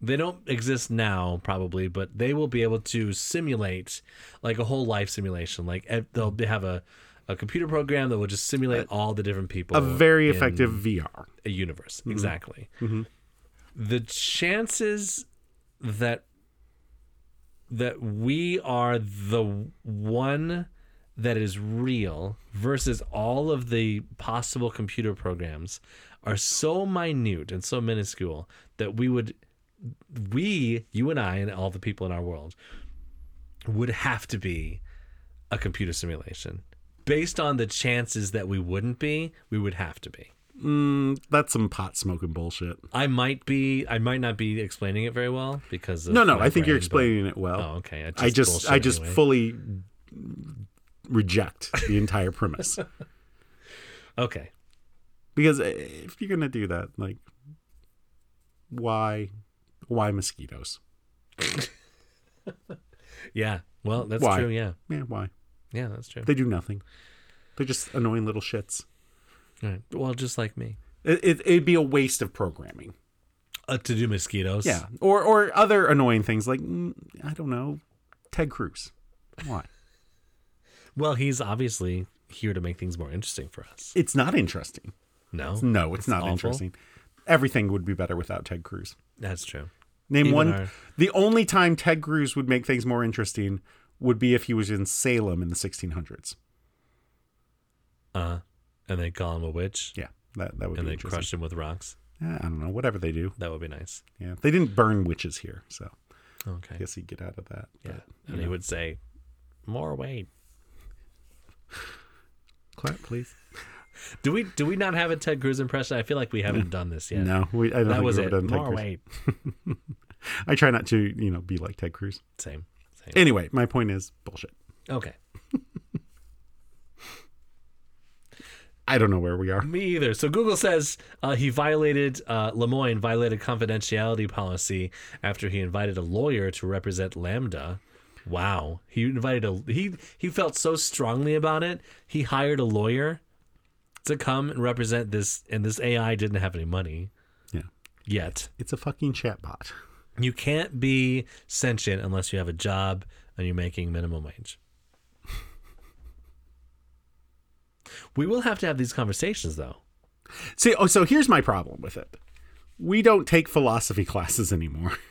They don't exist now, probably, but they will be able to simulate like a whole life simulation. Like ev- they'll be- have a, a computer program that will just simulate all the different people. A very in effective VR. a universe. Exactly. The chances that that we are the one that is real versus all of the possible computer programs are so minute and so minuscule that we would we you and I and all the people in our world would have to be a computer simulation based on the chances that we wouldn't be we would have to be Mm, that's some pot smoking bullshit. I might be. I might not be explaining it very well because. Of No, no. my I think you're brain, but- explaining it well. oh, okay. I just bullshit I just anyway. fully reject the entire premise. Okay. because eh, if you're gonna do that, like, why, why mosquitoes? Yeah. Well, that's Why? true. Yeah. Yeah, why? Yeah, that's true. They do nothing. They're just annoying little shits. All right. Well, just like me. It, it, it'd be a waste of programming. Uh, to do mosquitoes. Yeah, or or other annoying things like mm, I don't know, Ted Cruz. Why? Well, he's obviously here to make things more interesting for us. It's not interesting. No, No, it's, not awful. interesting. Everything would be better without Ted Cruz. that's true. Name Even one. our- The only time Ted Cruz would make things more interesting would be if he was in Salem in the 1600s. Uh, and they call him a witch, Yeah, that that would and be they interesting. crush him with rocks. Eh, I don't know. Whatever they do. That would be nice. Yeah, they didn't burn witches here, so Okay. I guess he'd get out of that. yeah. But And he would say, "More weight." clap, please. Do we do we not have a Ted Cruz impression? I feel like we haven't done this yet. No, we, I don't That think was we've it. ever done Ted More Cruz. weight. I try not to, you know, be like Ted Cruz. Same. Same. Anyway, my point is bullshit. Okay. I don't know where we are. Me either. So Google says uh, he violated uh, Lemoyne violated confidentiality policy after he invited a lawyer to represent Lambda. Wow, he invited a he he felt so strongly about it. He hired a lawyer to come and represent this, and this AI didn't have any money Yeah, yet. it's a fucking chatbot. You can't be sentient unless you have a job and you're making minimum wage. We will have to have these conversations though. See, oh, so here's my problem with it. We don't take philosophy classes anymore.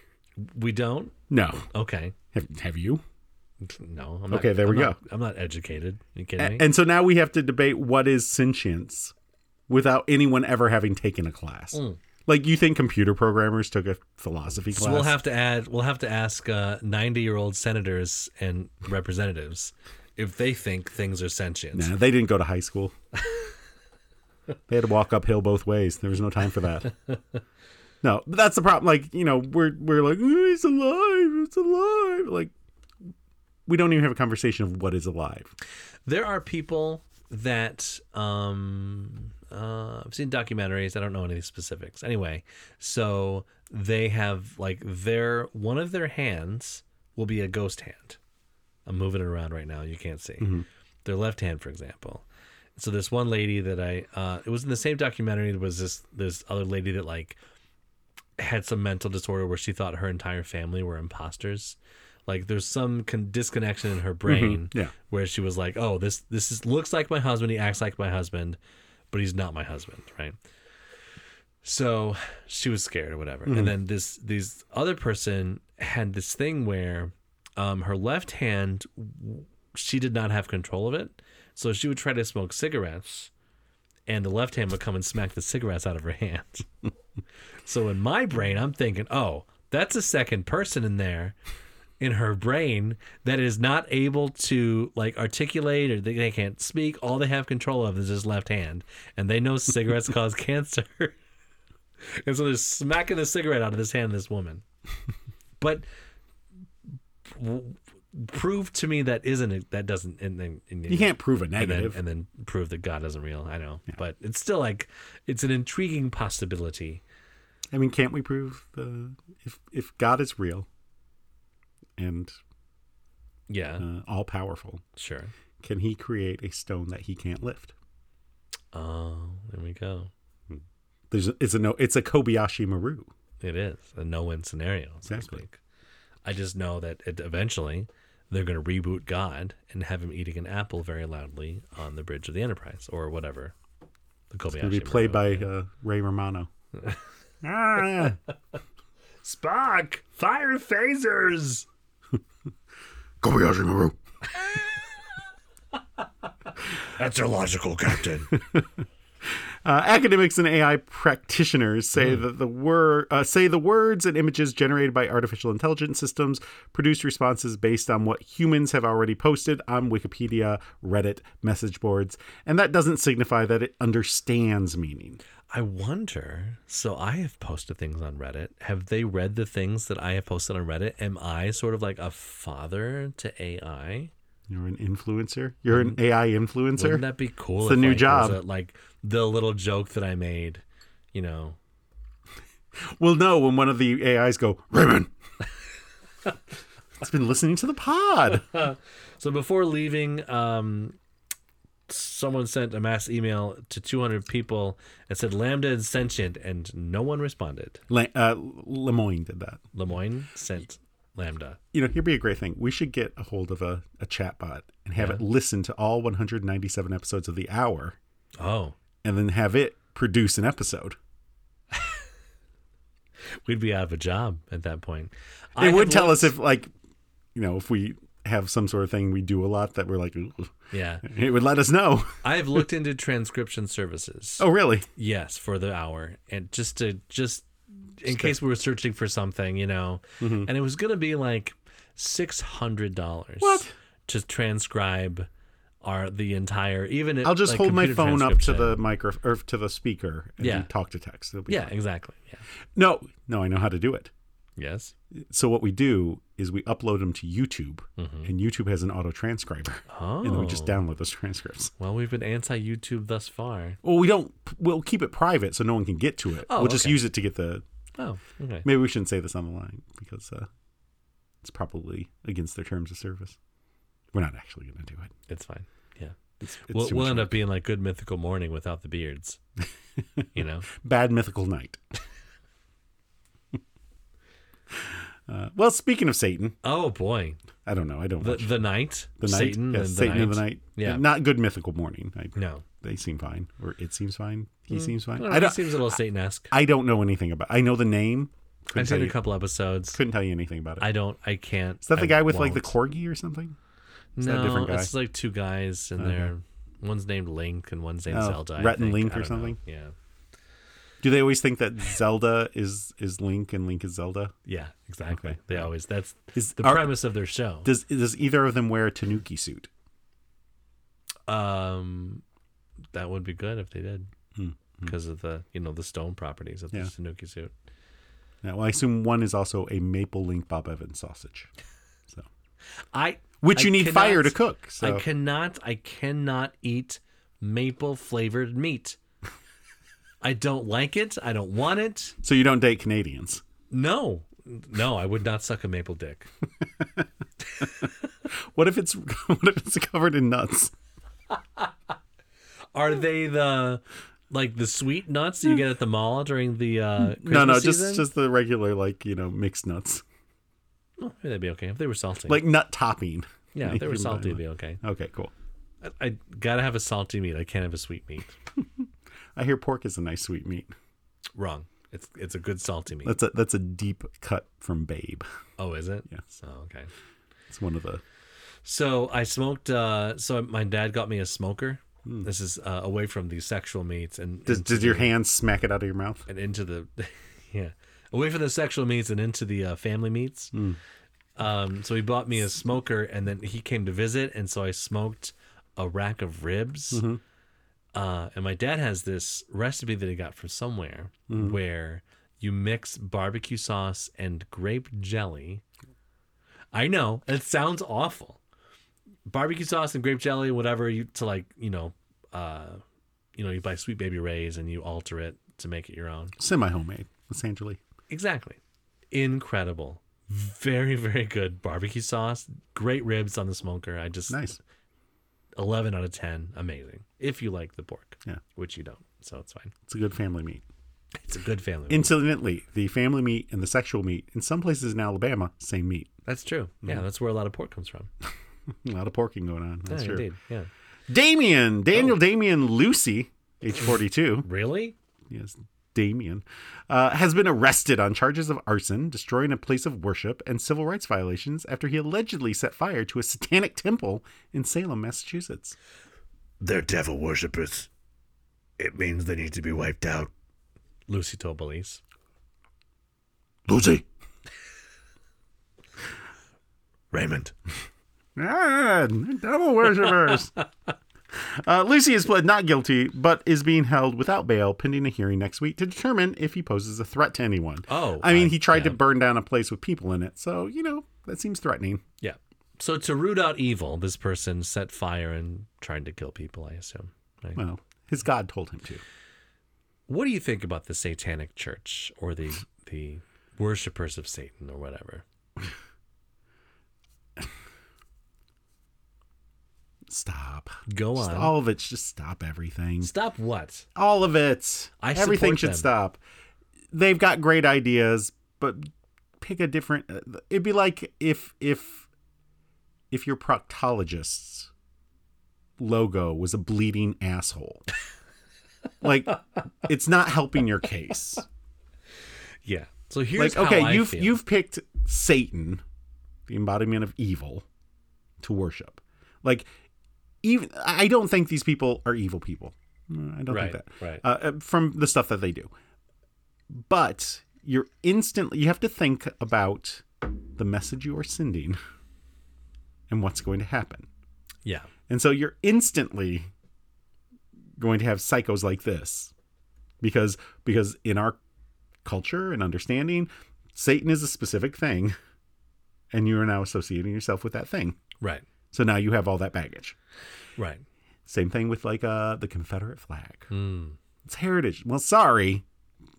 We don't. No, Okay. have, have you? No. I'm not, Okay, there we I'm not- go. I'm not educated. you kidding me? A- and so now we have to debate what is sentience without anyone ever having taken a class. Like you think computer programmers took a philosophy class? Mm. so we'll have to add. We'll have to ask uh, ninety-year-old senators and representatives if they think things are sentient. Nah, Uh, they didn't go to high school. they had to walk uphill both ways. There was no time for that. No, but that's the problem. Like you know, we're we're like "Ooh, it's alive, it's alive. Like we don't even have a conversation of what is alive. There are people that um, uh, I've seen documentaries. I don't know any specifics. Anyway, so they have like their one of their hands will be a ghost hand. I'm moving it around right now. You can't see their left hand, for example. So this one lady that I uh, it was in the same documentary. There was this this other lady that like had some mental disorder where she thought her entire family were imposters. Like there's some con- disconnection in her brain Yeah. where she was like, "Oh, this this is, looks like my husband. He acts like my husband, but he's not my husband." Right. So she was scared or whatever. And then this this other person had this thing where um, her left hand w- she did not have control of it, so she would try to smoke cigarettes, and the left hand would come and smack the cigarettes out of her hand. so in my brain, I'm thinking, "Oh, that's a second person in there." in her brain that is not able to like articulate or they, they can't speak. All they have control of is his left hand, and they know cigarettes cause cancer, and so they're smacking the cigarette out of this hand of this woman. But w- prove to me that isn't that doesn't and then and, You can't prove a and then, negative. and then prove that God isn't real. I know, but it's still like it's an intriguing possibility. I mean, can't we prove the if if God is real and Yeah, uh, all powerful, sure. can He create a stone that He can't lift? Oh, there we go. There's it's a no, it's a Kobayashi Maru. It is a no-win scenario. So Exactly. To speak. I just know that it, eventually they're going to reboot God and have him eating an apple very loudly on the bridge of the Enterprise or whatever. The Kobayashi. It'll be played Maru. by uh, Ray Romano. ah, Spock. Fire phasers. Kobayashi Maru. That's illogical, Captain. Uh, academics and AI practitioners say that the word uh, say the words and images generated by artificial intelligence systems produce responses based on what humans have already posted on Wikipedia, Reddit, message boards, and that doesn't signify that it understands meaning. I wonder. So I have posted things on Reddit. Have they read the things that I have posted on Reddit? Am I sort of like a father to AI? You're an influencer. You're an AI influencer. Wouldn't that be cool? It's the new like, it was job. a- like the little joke that I made, you know, Well, no, when one of the AIs go, Raymond, it's been listening to the pod. So before leaving, um, someone sent a mass email to 200 people and said Lambda is sentient, and no one responded. Le- uh, Lemoyne did that. Lemoyne sent Lambda. You know, here'd be a great thing. We should get a hold of a, a chat bot and have it listen to all 197 episodes of the hour Oh, and then have it produce an episode. we'd be out of a job at that point. It would tell us if, like, you know, if we have some sort of thing we do a lot that we're like, "Ooh." Yeah, it would let us know. I've looked into transcription services. Oh, really? Yes, for the hour, and just to just in case we were searching for something, you know, Mm-hmm. and it was gonna be like six hundred dollars. What? to transcribe our the entire even? if, I'll just like, hold my computer phone up to the transcription. micro or to the speaker and Yeah. do talk to text. It'll be yeah, fine. exactly. Yeah. No, no, I know how to do it. Yes. so what we do is we upload them to YouTube, and YouTube has an auto transcriber, Mm-hmm. Oh. and then we just download those transcripts. well, we've been anti YouTube thus far. Well, we don't. We'll keep it private so no one can get to it. Oh, we'll just okay. use it to get the. Oh, okay. Maybe we shouldn't say this on the line because uh, it's probably against their terms of service. We're not actually going to do it. It's fine. Yeah. It's, it's we'll too we'll much end work. up being like Good Mythical Morning without the beards. you know? bad mythical night. uh, well, speaking of Satan, Oh boy. I don't know. I don't The watch the night. the night. Satan. yeah, and the Satan night. of the night. Yeah. not good mythical morning. I, No. Mm. they seem fine or it seems fine he seems I fine don't know, i it don't seems a little Satan esque. i don't know anything about i know the name couldn't, I've tell, seen a you, couple episodes. couldn't tell you anything about it. Is I don't. I can't. that the I guy with like the won't. corgi or something is that a no, different guy? it's like two guys and they're one's named Link and one's named Oh, Zelda. I Rhett and think. Link I or don't know. something? Yeah. do they always think that zelda is is link and link is zelda Yeah. Exactly. They always. That's is the are- premise of their show. does does either of them wear a tanuki suit Um, that would be good if they did, because of the you know the stone properties of the Hmm, Yeah. Tanuki suit. now, well, i assume one is also a maple link bob evans sausage I which I you need cannot- fire to cook so I cannot I cannot eat maple flavored meat. I don't like it. I don't want it. so you don't date canadians No, no, I would not suck a maple dick. what if it's what if it's covered in nuts Are they the like the sweet nuts that you get at the mall during the uh, Christmas no no just season? just the regular like you know mixed nuts Oh, maybe that'd be okay if they were salty. like nut topping yeah, if they were you can buy salty, it'd one. be okay. Okay, cool. I, I gotta have a salty meat. I can't have a sweet meat. I hear pork is a nice sweet meat. Wrong. It's it's a good salty meat. That's a that's a deep cut from Babe. oh, is it? Yes. Oh, okay. It's one of the So I smoked. Uh, so my dad got me a smoker. This is uh, away from the sexual meats and Does, and, does your hand smack it out of your mouth? and into the yeah away from the sexual meats and into the uh, family meats. Um, so he bought me a smoker, and then he came to visit, and so I smoked a rack of ribs. Uh, and my dad has this recipe that he got from somewhere where you mix barbecue sauce and grape jelly. I know it sounds awful. Barbecue sauce and grape jelly, whatever you to like, you know, uh, you know, you buy Sweet Baby Ray's and you alter it to make it your own. Semi homemade. Los Angeles. Exactly. Incredible. Very, very good barbecue sauce. Great ribs on the smoker. I just Nice. 11 out of 10. Amazing. If you like the pork, Yeah. which you don't. So it's fine. It's a good family meat. It's a good family. meal. Incidentally, the family meat and the sexual meat in some places in Alabama, same meat. that's true. Yeah, that's where a lot of pork comes from. A lot of porking going on. Mm. That's yeah, true. indeed. Oh. Yeah. Damien, Daniel Damien Lucy, age 42. Really? yes, Damien, uh, has been arrested on charges of arson, destroying a place of worship, and civil rights violations after he allegedly set fire to a satanic temple in Salem, Massachusetts. They're devil worshippers. It means they need to be wiped out. Lucy told police. Lucy! Raymond. Ah, devil worshippers. Uh, Lucy has pled not guilty, but is being held without bail pending a hearing next week to determine if he poses a threat to anyone. Oh, I mean, I- he tried to yeah. burn down a place with people in it, so, you know, that seems threatening. Yeah. So to root out evil, this person set fire and tried to kill people. I assume. Right? Well, his God told him to. What do you think about the Satanic Church or the the worshippers of Satan or whatever? Stop. Go Just on. all of it. Just stop everything. Stop what? All of it. I everything support should them. stop. They've got great ideas, but pick a different. uh, It'd be like if if if your proctologist's logo was a bleeding asshole. like it's not helping your case. Yeah. So here's like how okay, I you've feel. you've picked Satan, the embodiment of evil, to worship. Like even I I don't think these people are evil people. Mm, I don't Right, think that. right. Uh, Uh, from the stuff that they do. But you're instantly you have to think about the message you are sending and what's going to happen. yeah. And so you're instantly going to have psychos like this. Because because in our culture and understanding, Satan is a specific thing, and you are now associating yourself with that thing. Right. So now you have all that baggage. Right. Same thing with like uh the Confederate flag. Mm. It's heritage. Well, sorry.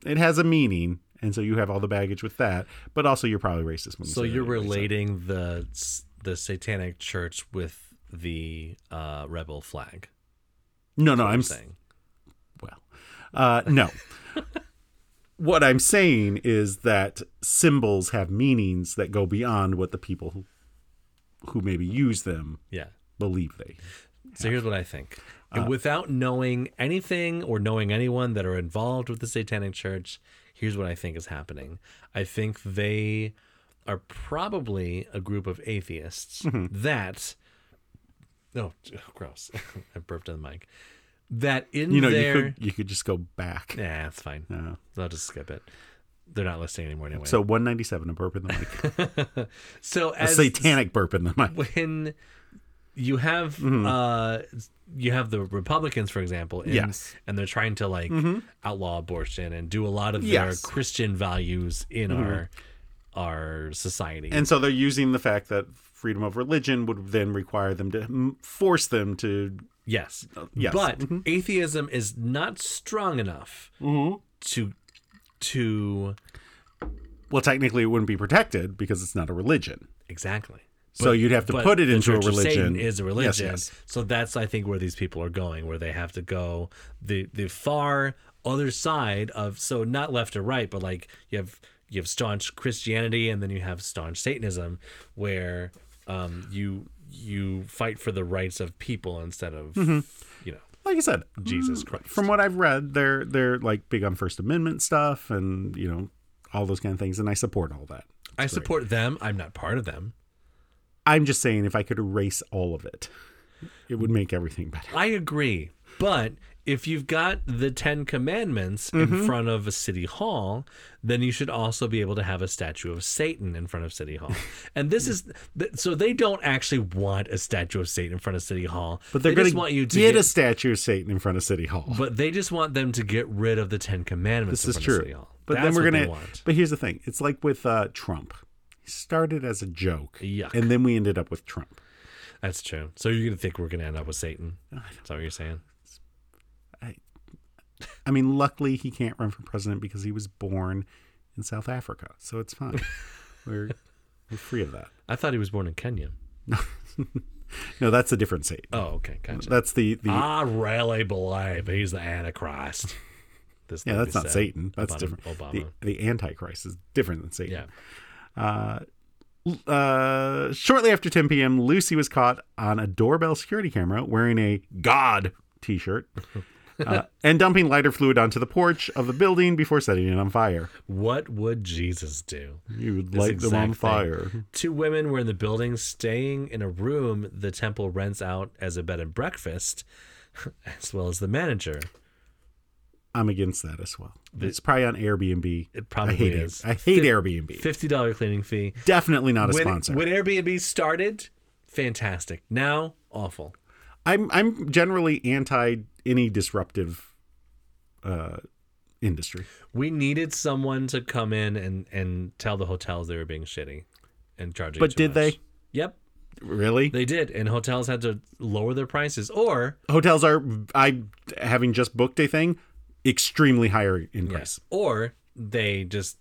It has a meaning. And so you have all the baggage with that, but also you're probably racist when you So say that you're anyway, so- relating the the Satanic Church with the uh, rebel flag. No, no, I'm s- saying well. Uh, no. what I'm saying is that symbols have meanings that go beyond what the people who, who maybe use them yeah. believe they. So here's what I think. Uh, And Without knowing anything or knowing anyone that are involved with the Satanic Church, here's what I think is happening. I think they are probably a group of atheists Mm-hmm. that no gross. I burped on the mic. That in You know, their you could you could just go back. Nah, that's fine. Uh, I'll just skip it. They're not listening anymore anyway. so 197, a burp in the mic, so a as satanic burp in the mic. when you have Mm-hmm. uh you have the Republicans, for example, and, Yes. Mm-hmm. and they're trying to like outlaw abortion and do a lot of Yes. Mm-hmm. their Christian values in our our society. And so they're using the fact that freedom of religion would then require them to mm, force them to. yes. uh, yes. Mm-hmm. But atheism is not strong enough to to Well, technically, it wouldn't be protected because it's not a religion. exactly. So you'd have to but put it the into a Church of Satan religion. is Yes, a religion. yes. So that's I think where these people are going, where they have to go the the far other side of so not left or right, but like you have you have staunch Christianity and then you have staunch Satanism, where um, you you fight for the rights of people instead of you know Like I said, Jesus Christ. Mm-hmm. Mm, from what I've read, they're they're like big on First Amendment stuff and you know all those kind of things, and I support all that. I support them. I'm not part of them. I'm just saying, if I could erase all of it, it would make everything better. I agree. But if you've got the Ten Commandments Mm-hmm. in front of a city hall, then you should also be able to have a statue of Satan in front of City Hall. And this is th- so they don't actually want a statue of Satan in front of City Hall, But they're they going just want you to get, get- a statue of Satan in front of City Hall. But they just want them to get rid of the Ten Commandments. this is in front Of City true. Hall. But That's then we're what gonna. they want. But here's the thing: it's like with uh, Trump. He started as a joke, Yuck. and then we ended up with Trump. That's true. So you're gonna think we're gonna end up with Satan? Is that what you're saying? I mean, luckily he can't run for president because he was born in South Africa, so it's fine. we're we're free of that. I thought he was born in Kenya. No, that's a different Satan. Oh, okay, gotcha. That's the the I really believe he's the Antichrist. This yeah. lady That's not said. Satan. That's Obama- different. Obama. The, the Antichrist is different than Satan. yeah. Uh, shortly after 10 p.m., Lucy was caught on a doorbell security camera wearing a God T-shirt. uh, and dumping lighter fluid onto the porch of the building before setting it on fire. What would Jesus do? You would This light them on exact thing. fire. Two women were in the building staying in a room the temple rents out as a bed and breakfast, as well as the manager. I'm against that as well. it's probably on Airbnb. It probably I hate is. Air- I hate Airbnb. $50 cleaning fee. Definitely not a When, sponsor. when Airbnb started, fantastic. Now, awful. I'm I'm generally anti any disruptive uh, industry. We needed someone to come in and, and tell the hotels they were being shitty and charging But too did much. they? Yep. Really? They did, and hotels had to lower their prices, or Hotels are I having just booked a thing, extremely higher in price. or they just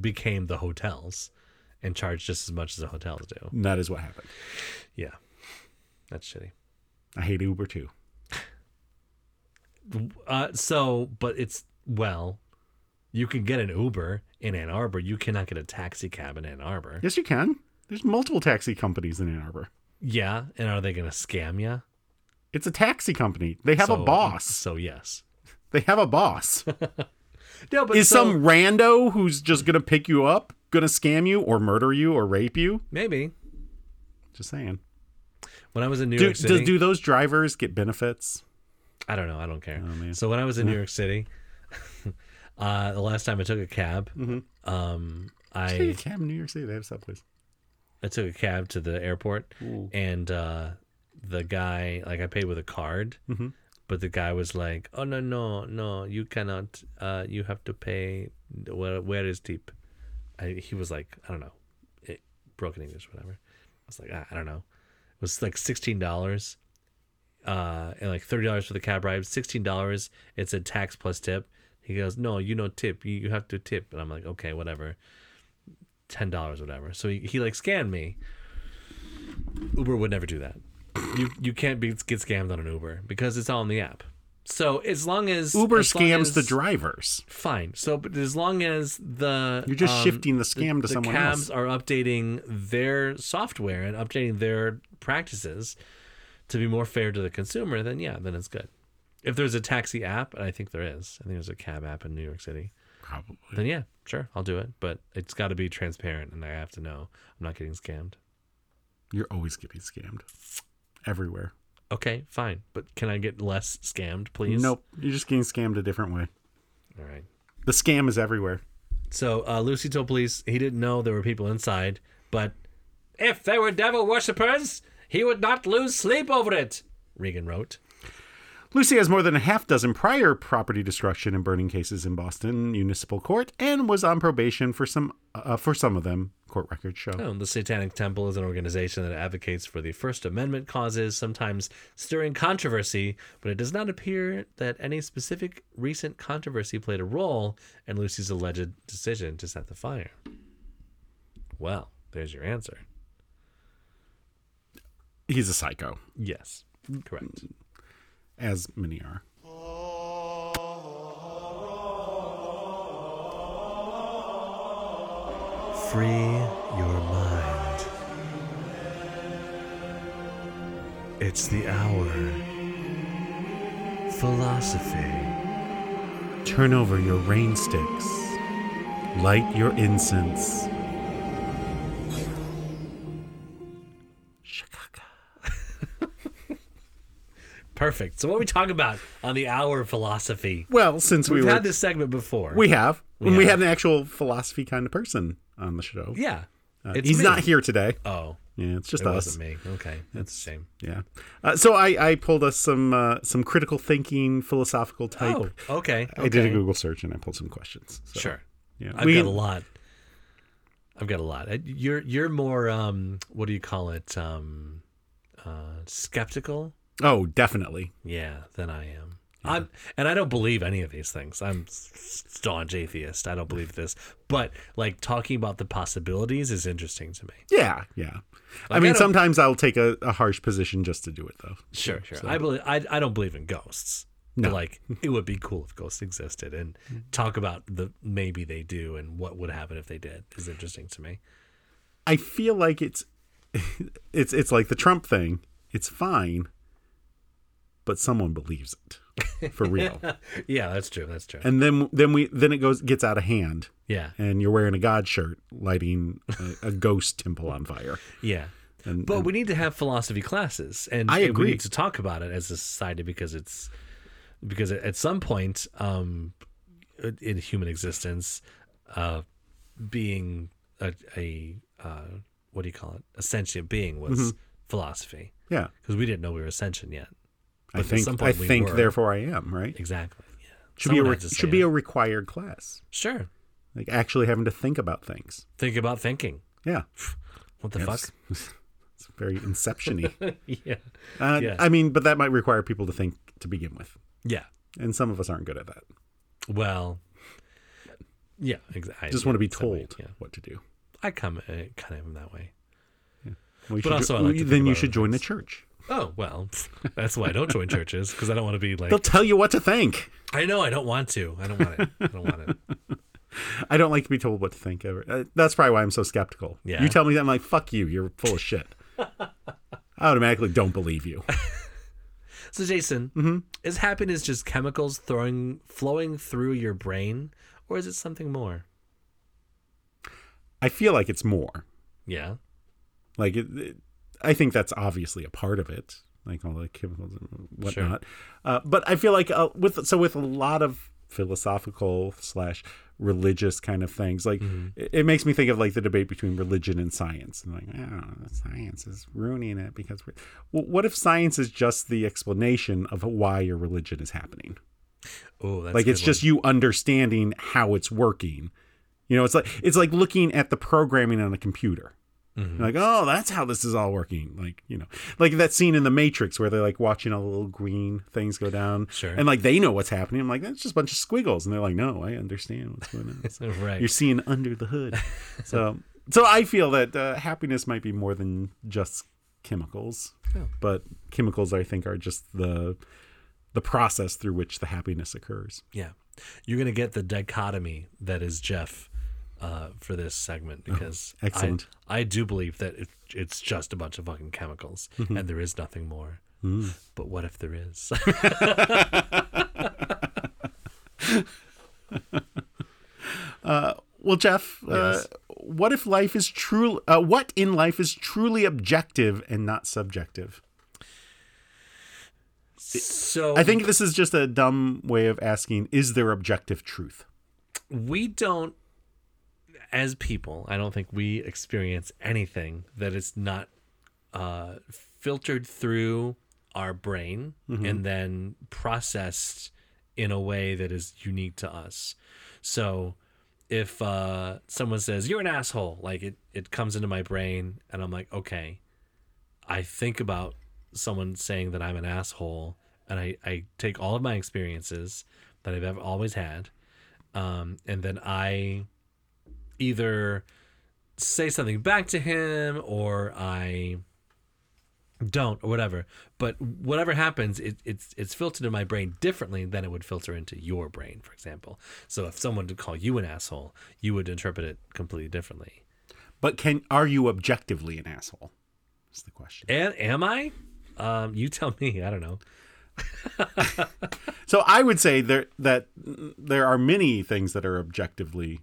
became the hotels and charged just as much as the hotels do. And that is what happened. Yeah, that's shitty. I hate Uber too. Uh, so, but it's well, you can get an Uber in Ann Arbor. You cannot get a taxi cab in Ann Arbor. Yes, you can. There's multiple taxi companies in Ann Arbor. Yeah, and are they gonna scam you? It's a taxi company. They have a boss. So yes. They have a boss. No, but is so- some rando who's just gonna pick you up gonna scam you or murder you or rape you? maybe Just saying. when I was in New Do, York do, City, do those drivers get benefits? I don't know. I don't care. so when I was in New York City, uh, the last time I took a cab, um, Hey, I cab in New York City, they have subways. I took a cab to the airport, and uh, the guy like I paid with a card, but the guy was like, "Oh no no no, you cannot. Uh, you have to pay. Where where is tip?" I, he was like, "I don't know, it, broken English, whatever." I was like, "Ah, "I don't know." It was like sixteen dollars, uh, and like thirty dollars for the cab ride. Sixteen dollars. It said tax plus tip. He goes, "No, you know tip. You, you have to tip." And I'm like, "Okay, whatever." ten dollars, whatever. So he, he like scammed me. Uber would never do that. You you can't be get scammed on an Uber because it's all in the app. So as long as Uber as long scams as- the drivers. Fine. So but as long as the You're just um, shifting the scam to the someone else. cabs are updating their software and updating their practices to be more fair to the consumer, then yeah, then it's good. If there's a taxi app, and I think there is, I think there's a cab app in New York City Probably. then yeah, sure, I'll do it. But it's got to be transparent, and I have to know I'm not getting scammed. You're always getting scammed. Everywhere. Okay, fine. But can I get less scammed, please? Nope. You're just getting scammed a different way. All right. The scam is everywhere. So uh, Lucy told police he didn't know there were people inside, but if they were devil worshippers, he would not lose sleep over it. Regan wrote. Lucy has more than a half dozen prior property destruction and burning cases in Boston Municipal Court and was on probation for some uh, for some of them, court records show. Oh, the Satanic Temple is an organization that advocates for the First Amendment causes, sometimes stirring controversy, but it does not appear that any specific recent controversy played a role in Lucy's alleged decision to set the fire. Well, there's your answer. He's a psycho, Yes, correct. as many are. Free your mind. It's the hour. Philosophy. Turn over your rain sticks. Light your incense. Shakaka. Perfect. So what we talk about on the hour of philosophy? Well, since we We've were had this segment before. we have when we have. have an actual philosophy kind of person on the show. yeah. Uh, It's he's me. not here today. Oh, Yeah, it's just it us. wasn't me. Okay, that's a shame. Yeah. Uh, so I, I pulled us some uh, some critical thinking philosophical type. Oh, okay. okay. I did a Google search and I pulled some questions. So, Sure. Yeah. I've we, got a lot. I've got a lot. I- You're you're more um what do you call it um uh skeptical? Oh, definitely. Yeah, than I am. I'm and I don't believe any of these things. I'm s- staunch atheist. I don't believe this. But like talking about the possibilities is interesting to me. Yeah. Yeah. I Like, I mean, don't- sometimes I'll take a, a harsh position just to do it, though. Sure, sure. I believe I, I don't believe in ghosts. No. But like it would be cool if ghosts existed and talk about the maybe they do and what would happen if they did is interesting to me. I feel like it's it's it's like the Trump thing. It's fine, but someone believes it for real, Yeah, that's true. That's true. and then then we then it goes gets out of hand, Yeah. and you're wearing a God shirt, lighting a, a ghost temple on fire. Yeah. And, But we need to have philosophy classes and I and agree. we need to talk about it as a society because it's because at some point um in human existence uh being a, a uh what do you call it? A sentient being was Mm-hmm. philosophy yeah, because we didn't know we were sentient yet. I But at think some I point we think were. therefore I am right. Exactly. Yeah. Should be a Someone re- had to say should be it. a required class, sure. like actually having to think about things. Think about thinking. Yeah, What the fuck? It's It's very inception-y. yeah. Uh, Yeah. I mean, but that might require people to think to begin with, Yeah. and some of us aren't good at that. Well. Yeah. Exactly. Just want to be told Yeah. what to do. I come uh, kind of am that way. Well, you But should also jo- I like to think then you about should other join the church. Oh well, that's why I don't join churches because I don't want to be like. They'll tell you what to think. I know I don't want to. I don't want it. I don't want it. I don't like to be told what to think. Ever. Uh, That's probably why I'm so skeptical. Yeah. You tell me that, I'm like, fuck you. You're full of shit. I automatically don't believe you. So Jason, Mm-hmm. is happiness just chemicals throwing flowing through your brain, or is it something more? I feel like it's more. Yeah. Like, it, it, I think that's obviously a part of it, like all the chemicals and whatnot. Uh, but I feel like uh, with so with a lot of philosophical slash religious kind of things, like it, it makes me think of like the debate between religion and science, and like, oh, science is ruining it because we're, well, what if science is just the explanation of why your religion is happening? Oh, that's a like good it's just you understanding how it's working you know it's like it's like looking at the programming on a computer Mm-hmm. You're like oh that's how this is all working like you know like that scene in the matrix where they're like watching all the little green things go down Sure. and like they know what's happening i'm like that's just a bunch of squiggles and they're like no i understand what's going on It's- one. right. you're seeing under the hood so so i feel that uh, happiness might be more than just chemicals Oh. but chemicals i think are just the the process through which the happiness occurs Yeah. You're gonna get the dichotomy that is Jeff uh, for this segment because Oh, I- excellent. I, do believe that it, it's just a bunch of fucking chemicals Mm-hmm. and there is nothing more. Mm. But what if there is? Well, Jeff, uh, what if life is true? Uh, what in life is truly objective and not subjective? so I think this is just a dumb way of asking: Is there objective truth? we don't as people i don't think we experience anything that is not uh, filtered through our brain and then processed in a way that is unique to us so if uh, someone says you're an asshole like it, it comes into my brain and i'm like okay i think about someone saying that i'm an asshole and i, I take all of my experiences that i've ever, always had um, and then I either say something back to him or I don't or whatever. But whatever happens, it, it's it's filtered in my brain differently than it would filter into your brain, for example. So if someone to call you an asshole, you would interpret it completely differently. But can are you objectively an asshole? Is the question. And am I? Um, you tell me. I don't know. So I would say there that mm, there are many things that are objectively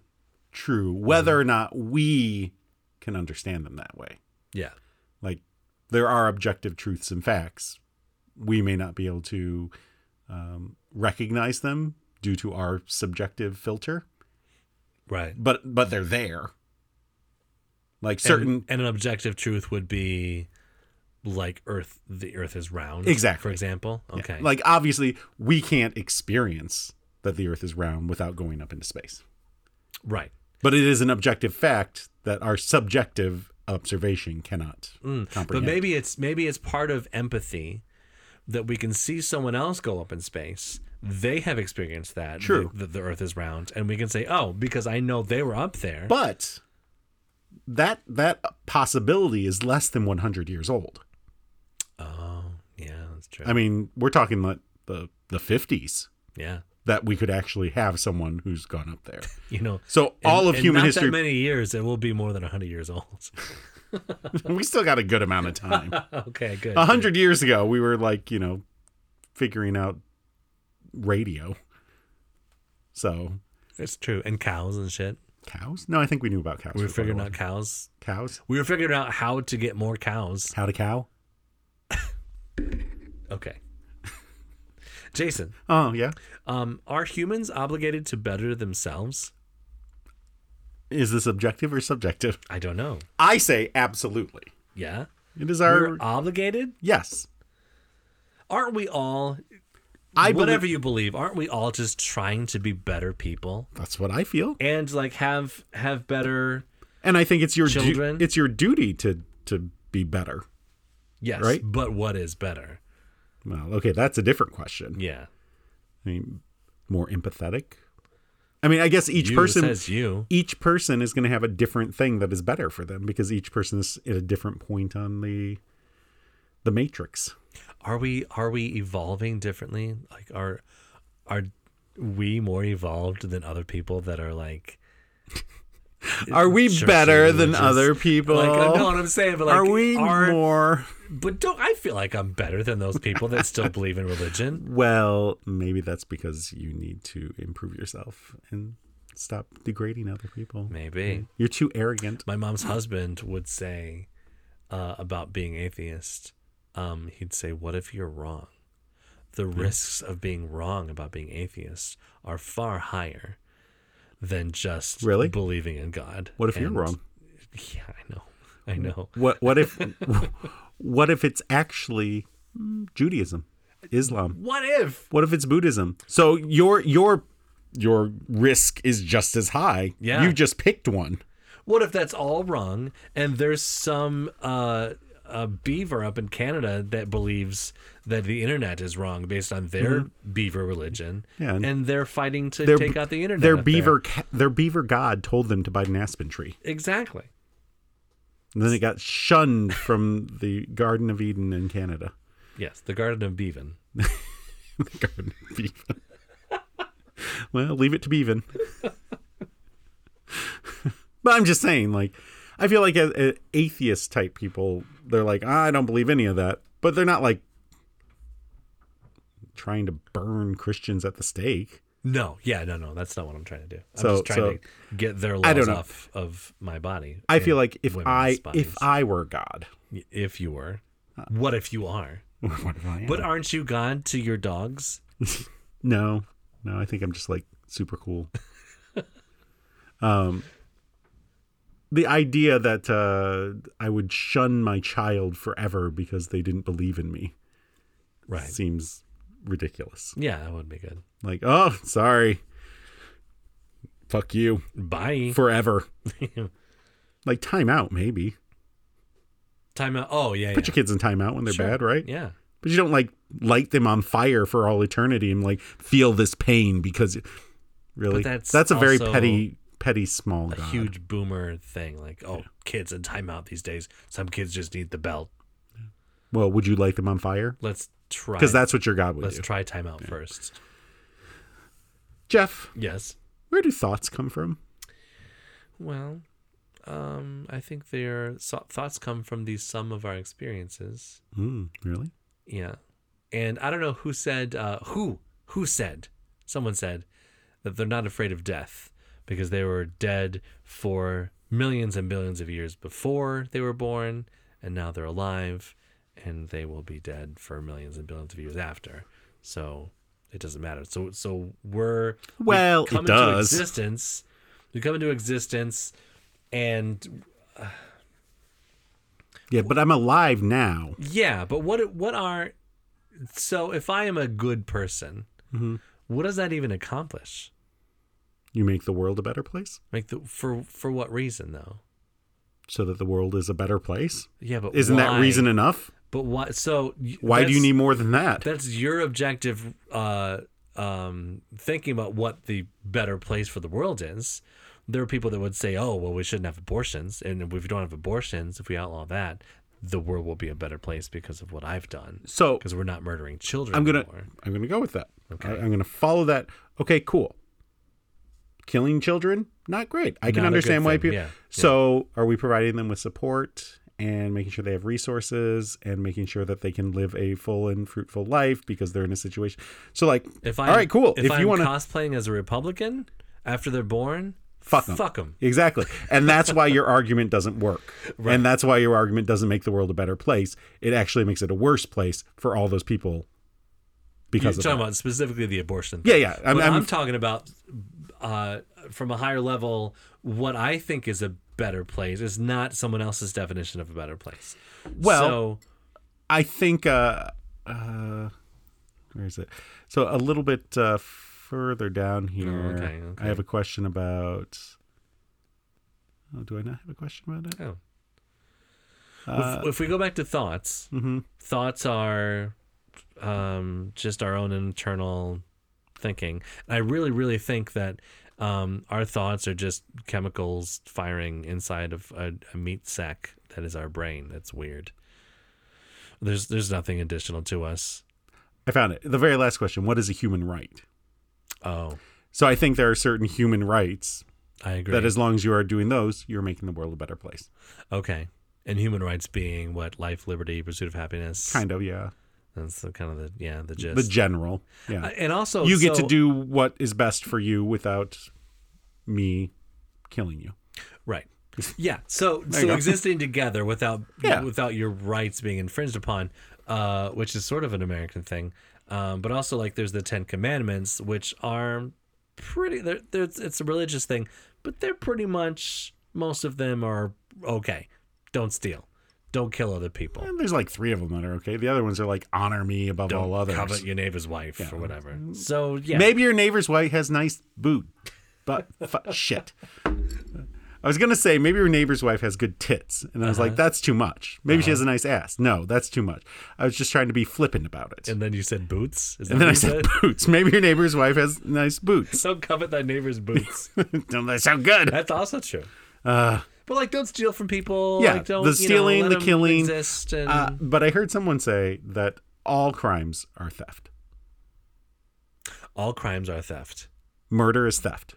true, whether or not we can understand them that way. Yeah. like there are objective truths and facts we may not be able to um, recognize them due to our subjective filter Right. but but they're there like certain and, and an objective truth would be like Earth. The Earth is round. For Exactly. example. Okay. like obviously we can't experience that the earth is round without going up into space right. but it is an objective fact that our subjective observation cannot Mm, But comprehend maybe it's maybe it's part of empathy that we can see someone else go up in space. They have experienced that. True. That the Earth is round, and we can say, "Oh, because I know they were up there." but that that possibility is less than 100 years old oh, yeah, that's true. I mean, we're talking like the the fifties yeah, that we could actually have someone who's gone up there. you know, So in- all of in human not history, That many years, it will be more than hundred years old. we still got a good amount of time. okay, good. A hundred years ago, we were like, you know, figuring out radio. So It's true. And cows and shit. cows? No, I think we knew about cows. We were for quite a figuring while. out cows. cows. We were figuring out how to get more cows. How to cow? Okay. Jason, Oh yeah. um, are humans obligated to better themselves? Is this objective or subjective? I don't know. I say absolutely. Yeah. It is our We're obligated? yes. Aren't we all, I whatever believe you believe, aren't we all just trying to be better people that's what I feel, and like have have better and I think it's your du- Children? it's your duty to to be better. Yes. Right? But what is better? Well, okay, that's a different question. Yeah. I mean, more empathetic. I mean, I guess each you person says you. each person is going to have a different thing that is better for them because each person is at a different point on the the matrix. Are we are we evolving differently? Like are are we more evolved than other people that are like Are we Church better and than religious. other people? like I know what I'm saying, but like are we are- more but don't I feel like I'm better than those people that still believe in religion? well, maybe that's because you need to improve yourself and stop degrading other people. Maybe. You're too arrogant. My mom's husband would say uh, about being atheist. Um, he'd say, "What if you're wrong? The risks of being wrong about being atheist are far higher than just Really? believing in God." What if you're And- wrong? Yeah, I know. I know. What what if what if it's actually mm, Judaism, Islam? What if? What if it's Buddhism? So your your your risk is just as high. Yeah. You just picked one. What if that's all wrong and there's some uh, a beaver up in Canada that believes that the internet is wrong based on their beaver religion Mm-hmm. Yeah, and- and they're fighting to Their- take out the internet. Their up beaver ca- their beaver god told them to buy an aspen tree. there. Exactly. And then it got shunned from the Garden of Eden in Canada. Yes, the Garden of Beaven. The Garden of Eden. well, leave it to Beaven. but I'm just saying, like, I feel like a, a atheist type people, they're like, "Ah, I don't believe any of that, but they're not like trying to burn Christians at the stake. No, yeah, no, no, that's not what I'm trying to do. I'm So- just trying so- to get their I don't laws know. off of my body. I and feel like if women's I bodies. if I were God, if you were, what if you are? what if I am? But aren't you God to your dogs? no, no, I think I'm just like super cool. um, the idea that uh, I would shun my child forever because they didn't believe in me Right. seems ridiculous. Yeah, that would be good. Like, oh, sorry, fuck you Bye. forever. like time out, maybe Time out. Oh yeah, yeah. put your kids in timeout when they're Sure. bad, right? yeah. But you don't like light them on fire for all eternity and like feel this pain because really But that's that's, a very also petty petty small A god. huge boomer thing, like oh, kids in timeout these days. Some kids just need the belt. Well, would you light them on fire? Let's try. Because that's what your god would let's do. try timeout first. Jeff, Yes. where do thoughts come from? Well, um, I think their so- thoughts come from the sum of our experiences. Mm, really? Yeah. And I don't know who said, uh, who, who said, someone said that they're not afraid of death because they were dead for millions and billions of years before they were born and now they're alive and they will be dead for millions and billions of years after. So it doesn't matter. So, so we're, we Well, it come into does. existence. We come into existence and Yeah, but I'm alive now. Yeah, but what what are so if I am a good person, what does that even accomplish? You make the world a better place Like the, for for what reason though? so that the world is a better place. Yeah, but Isn't why? that reason enough? But why? So y- Why do you that's- need more than that? That's your objective. Uh, um, thinking about what the better place for the world is. There are people that would say, "Oh, well, we shouldn't have abortions, and if we don't have abortions, if we outlaw that, the world will be a better place because of what I've done, So because we're not murdering children." I'm gonna anymore. I'm gonna go with that. Okay. Okay. I, am gonna follow that. Okay, cool. Killing children, not great. I can Not a good understand why thing, people. yeah, So, are we providing them with support and making sure they have resources and making sure that they can live a full and fruitful life because they're in a situation? So, like, If I all right, cool. If, If, I'm you want to, cosplaying as a Republican after they're born, Fuck 'em. Fuck them. exactly, and that's why your argument doesn't work, and that's why your argument doesn't make the world a better place. It actually makes it a worse place for all those people You're because of talking that. about specifically the abortion. Yeah, thing. yeah, I'm- But I'm- talking about uh, from a higher level. What I think is a better place is not someone else's definition of a better place. Well- so, I think uh, uh, where is it? So a little bit uh, further down here, Oh, okay, okay. I have a question about. Oh, do I not have a question about it? oh. if, if we go back to thoughts, Mm-hmm. thoughts are um, just our own internal thinking. And I really, really think that um, our thoughts are just chemicals firing inside of a, a meat sack that is our brain. That's weird. There's there's nothing additional to us. I found it. The very last question What is a human right? Oh, So I think there are certain human rights I agree. that as long as you are doing those, you're making the world a better place. okay. And human rights being what life, liberty, pursuit of happiness. Kind of, yeah. That's the kind of the yeah the gist. The general. Yeah. Uh, and also you get so- to do what is best for you without me killing you. Right. Yeah. So you so go. existing together without Yeah. without your rights being infringed upon, uh, which is sort of an American thing, um, but also like there's the Ten Commandments, which are pretty. They're, they're, it's a religious thing, but they're pretty much most of them are okay. Don't steal. Don't kill other people. And there's like three of them that are okay. The other ones are like honor me above Don't all others. Mm-hmm. covet your neighbor's wife or whatever. So yeah, Maybe your neighbor's wife has nice boot, but fu- shit. I was gonna say maybe your neighbor's wife has good tits, and I was Uh-huh. like, that's too much. Maybe she has a nice ass. No, that's too much. I was just trying to be flippant about it. And, And then you said boots. Is that then what I you said boots. Maybe your neighbor's wife has nice boots. Don't covet thy neighbor's boots. Don't that sound good? Uh, That's also true. but like, don't steal from people. yeah, like, don't, the you know, stealing, let the 'em killing, Exist and, Uh, but I heard someone say that all crimes are theft. all crimes are theft. Murder is theft.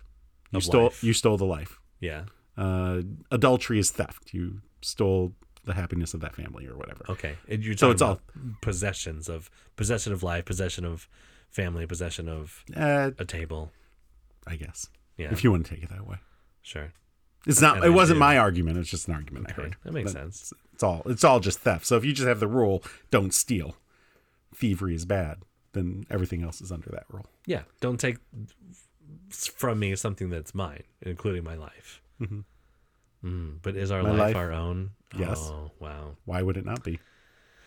You Of stole. life. You stole the life. Yeah. Uh, adultery is theft. You stole the happiness of that family or whatever. Okay. And you're So talking it's all- about possessions of possession of life, possession of family, possession of Uh, a table. I guess. Yeah. If you want to take it that way. sure. It's not And it I wasn't do. my argument, it's just an argument I Okay. heard. That makes But sense. It's all it's all just theft. So if you just have the rule, don't steal. Thievery is bad, then everything else is under that rule. Yeah. Don't take from me something that's mine, including my life. Mm, but is our Mm-hmm. My life, life? our own? Yes. Oh, wow. Why would it not be?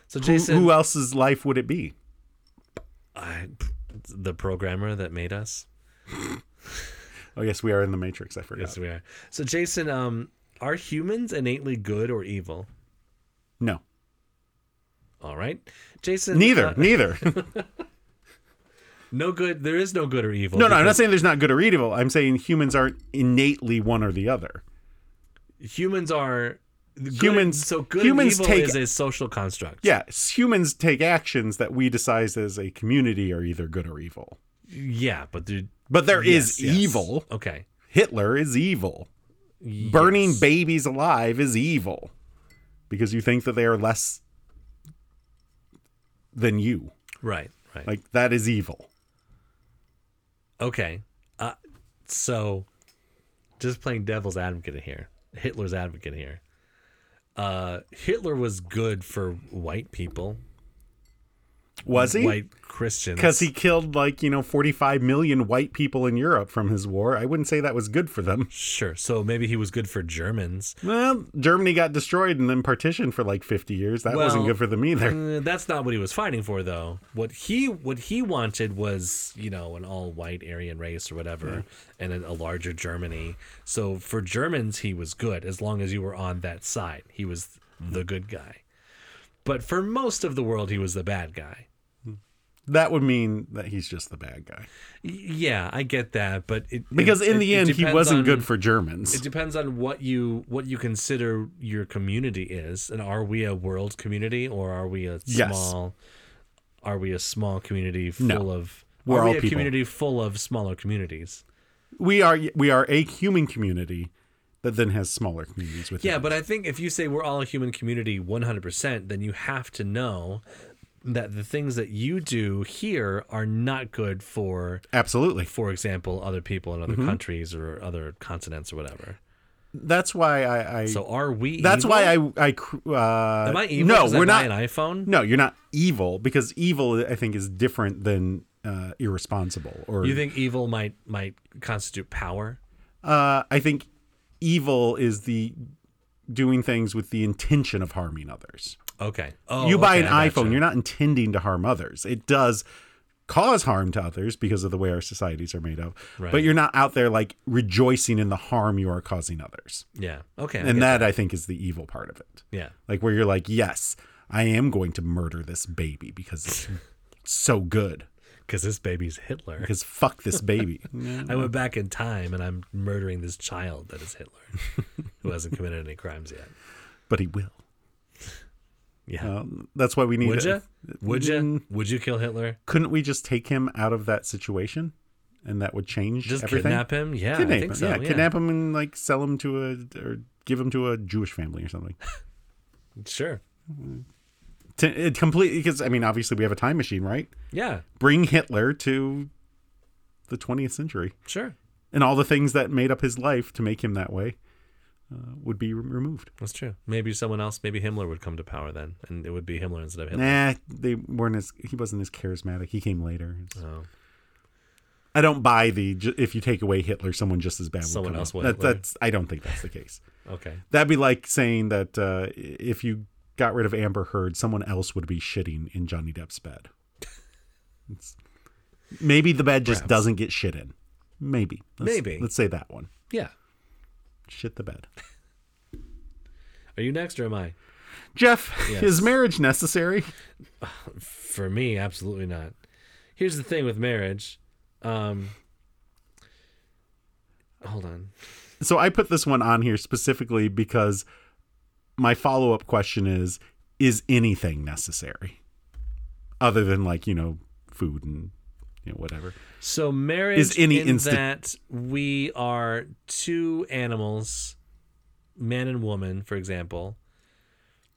So Who, Jason, who else's life would it be? I, the programmer that made us. Oh yes, we are in the Matrix, I forgot. Yes, we are. So, Jason, um, are humans innately good or evil? No. All right, Jason. Neither. uh, neither. no good. There is no good or evil. no, no, I'm not because saying there's not good or evil. I'm saying humans aren't innately one or the other. Humans are good- Humans- So good. humans and evil take- is a social construct. Yeah, s- humans take actions that we decide as a community are either good or evil. Yeah, but there is But there is evil. Okay. Hitler is evil. Burning Yes. babies alive is evil because you think that they are less than you. Right. Right. Like that is evil. okay. Uh, so, just playing devil's advocate here. Hitler's advocate here. Uh, Hitler was good for white people, Was he? white Christians. Because he killed like, you know, 45 million white people in Europe from his war. I wouldn't say that was good for them. Sure. So maybe he was good for Germans. Well, Germany got destroyed and then partitioned for like 50 years. That wasn't Well, good for them either. Uh, that's not what he was fighting for, though. What he what he wanted was, you know, an all white Aryan race or whatever, and a, a larger Germany. So for Germans, he was good as long as you were on that side. He was the good guy. But for most of the world, he was the bad guy. That would mean that he's just the bad guy. Y- Yeah, I get that, but it, Because it- in it- the it end, he depends wasn't on- good for Germans. It depends on what you what you consider your community is, and are we a world community or are we a Yes. small? Are we a small community full No. of? We're are all we a people. community full of smaller communities? we are we are a human community that then has smaller communities with Yeah, it. but I think if you say we're all a human community 100%, then you have to know that the things that you do here are not good for, absolutely for example, other people in other Mm-hmm. countries or other continents or whatever. that's why i, I So are we? that's evil? why i i cr- uh Am I evil? no 'cause I we're buy not an iPhone. no you're not evil because evil i think is different than uh irresponsible or You think evil might might constitute power? uh i think evil is the doing things with the intention of harming others Okay. Oh, you buy okay, an I iphone gotcha. you're not intending to harm others it does cause harm to others because of the way our societies are made up. But Right. you're not out there like rejoicing in the harm you are causing others. Yeah. Okay. I get And that, I think is the evil part of it. Yeah. Like where you're like, yes, I am going to murder this baby because it's so good. Because this baby's Hitler. Because fuck this baby. I went back in time and I'm murdering this child that is Hitler, who hasn't committed any crimes yet. but he will. Yeah. Um, that's why we need. Would a- you? Would you? Would you kill Hitler? Couldn't we just take him out of that situation, and that would change Just everything? kidnap him? Yeah, I Kidnap think him, so. yeah, Yeah, Kidnap him and like sell him to a or give him to a Jewish family or something. Sure. to, it completely because I mean, obviously we have a time machine, right? Yeah. Bring Hitler to the 20th century, Sure. and all the things that made up his life to make him that way uh, would be re- removed. That's true. Maybe someone else, maybe Himmler would come to power then, and it would be Himmler instead of Hitler. Nah, they weren't as he wasn't as charismatic. He came later. Oh. I don't buy the ju- if you take away Hitler, someone just as bad. Would Someone come else up. would That, Hitler. that's I don't think that's the case. Okay. That'd be like saying that uh, if you got rid of Amber Heard, someone else would be shitting in Johnny Depp's bed. It's- maybe the bed just doesn't get shit in. Maybe. Let's- Maybe. Let's say that one. Yeah. Shit the bed. Are you next or am I? Jeff, is Yes. marriage necessary? For me, absolutely not. Here's the thing with marriage. Um Hold on. So I put this one on here specifically because my follow up question is Is anything necessary? Other than, like, you know, food and, you know, whatever. So marriage Is any in insti- that we are two animals, man and woman, for example,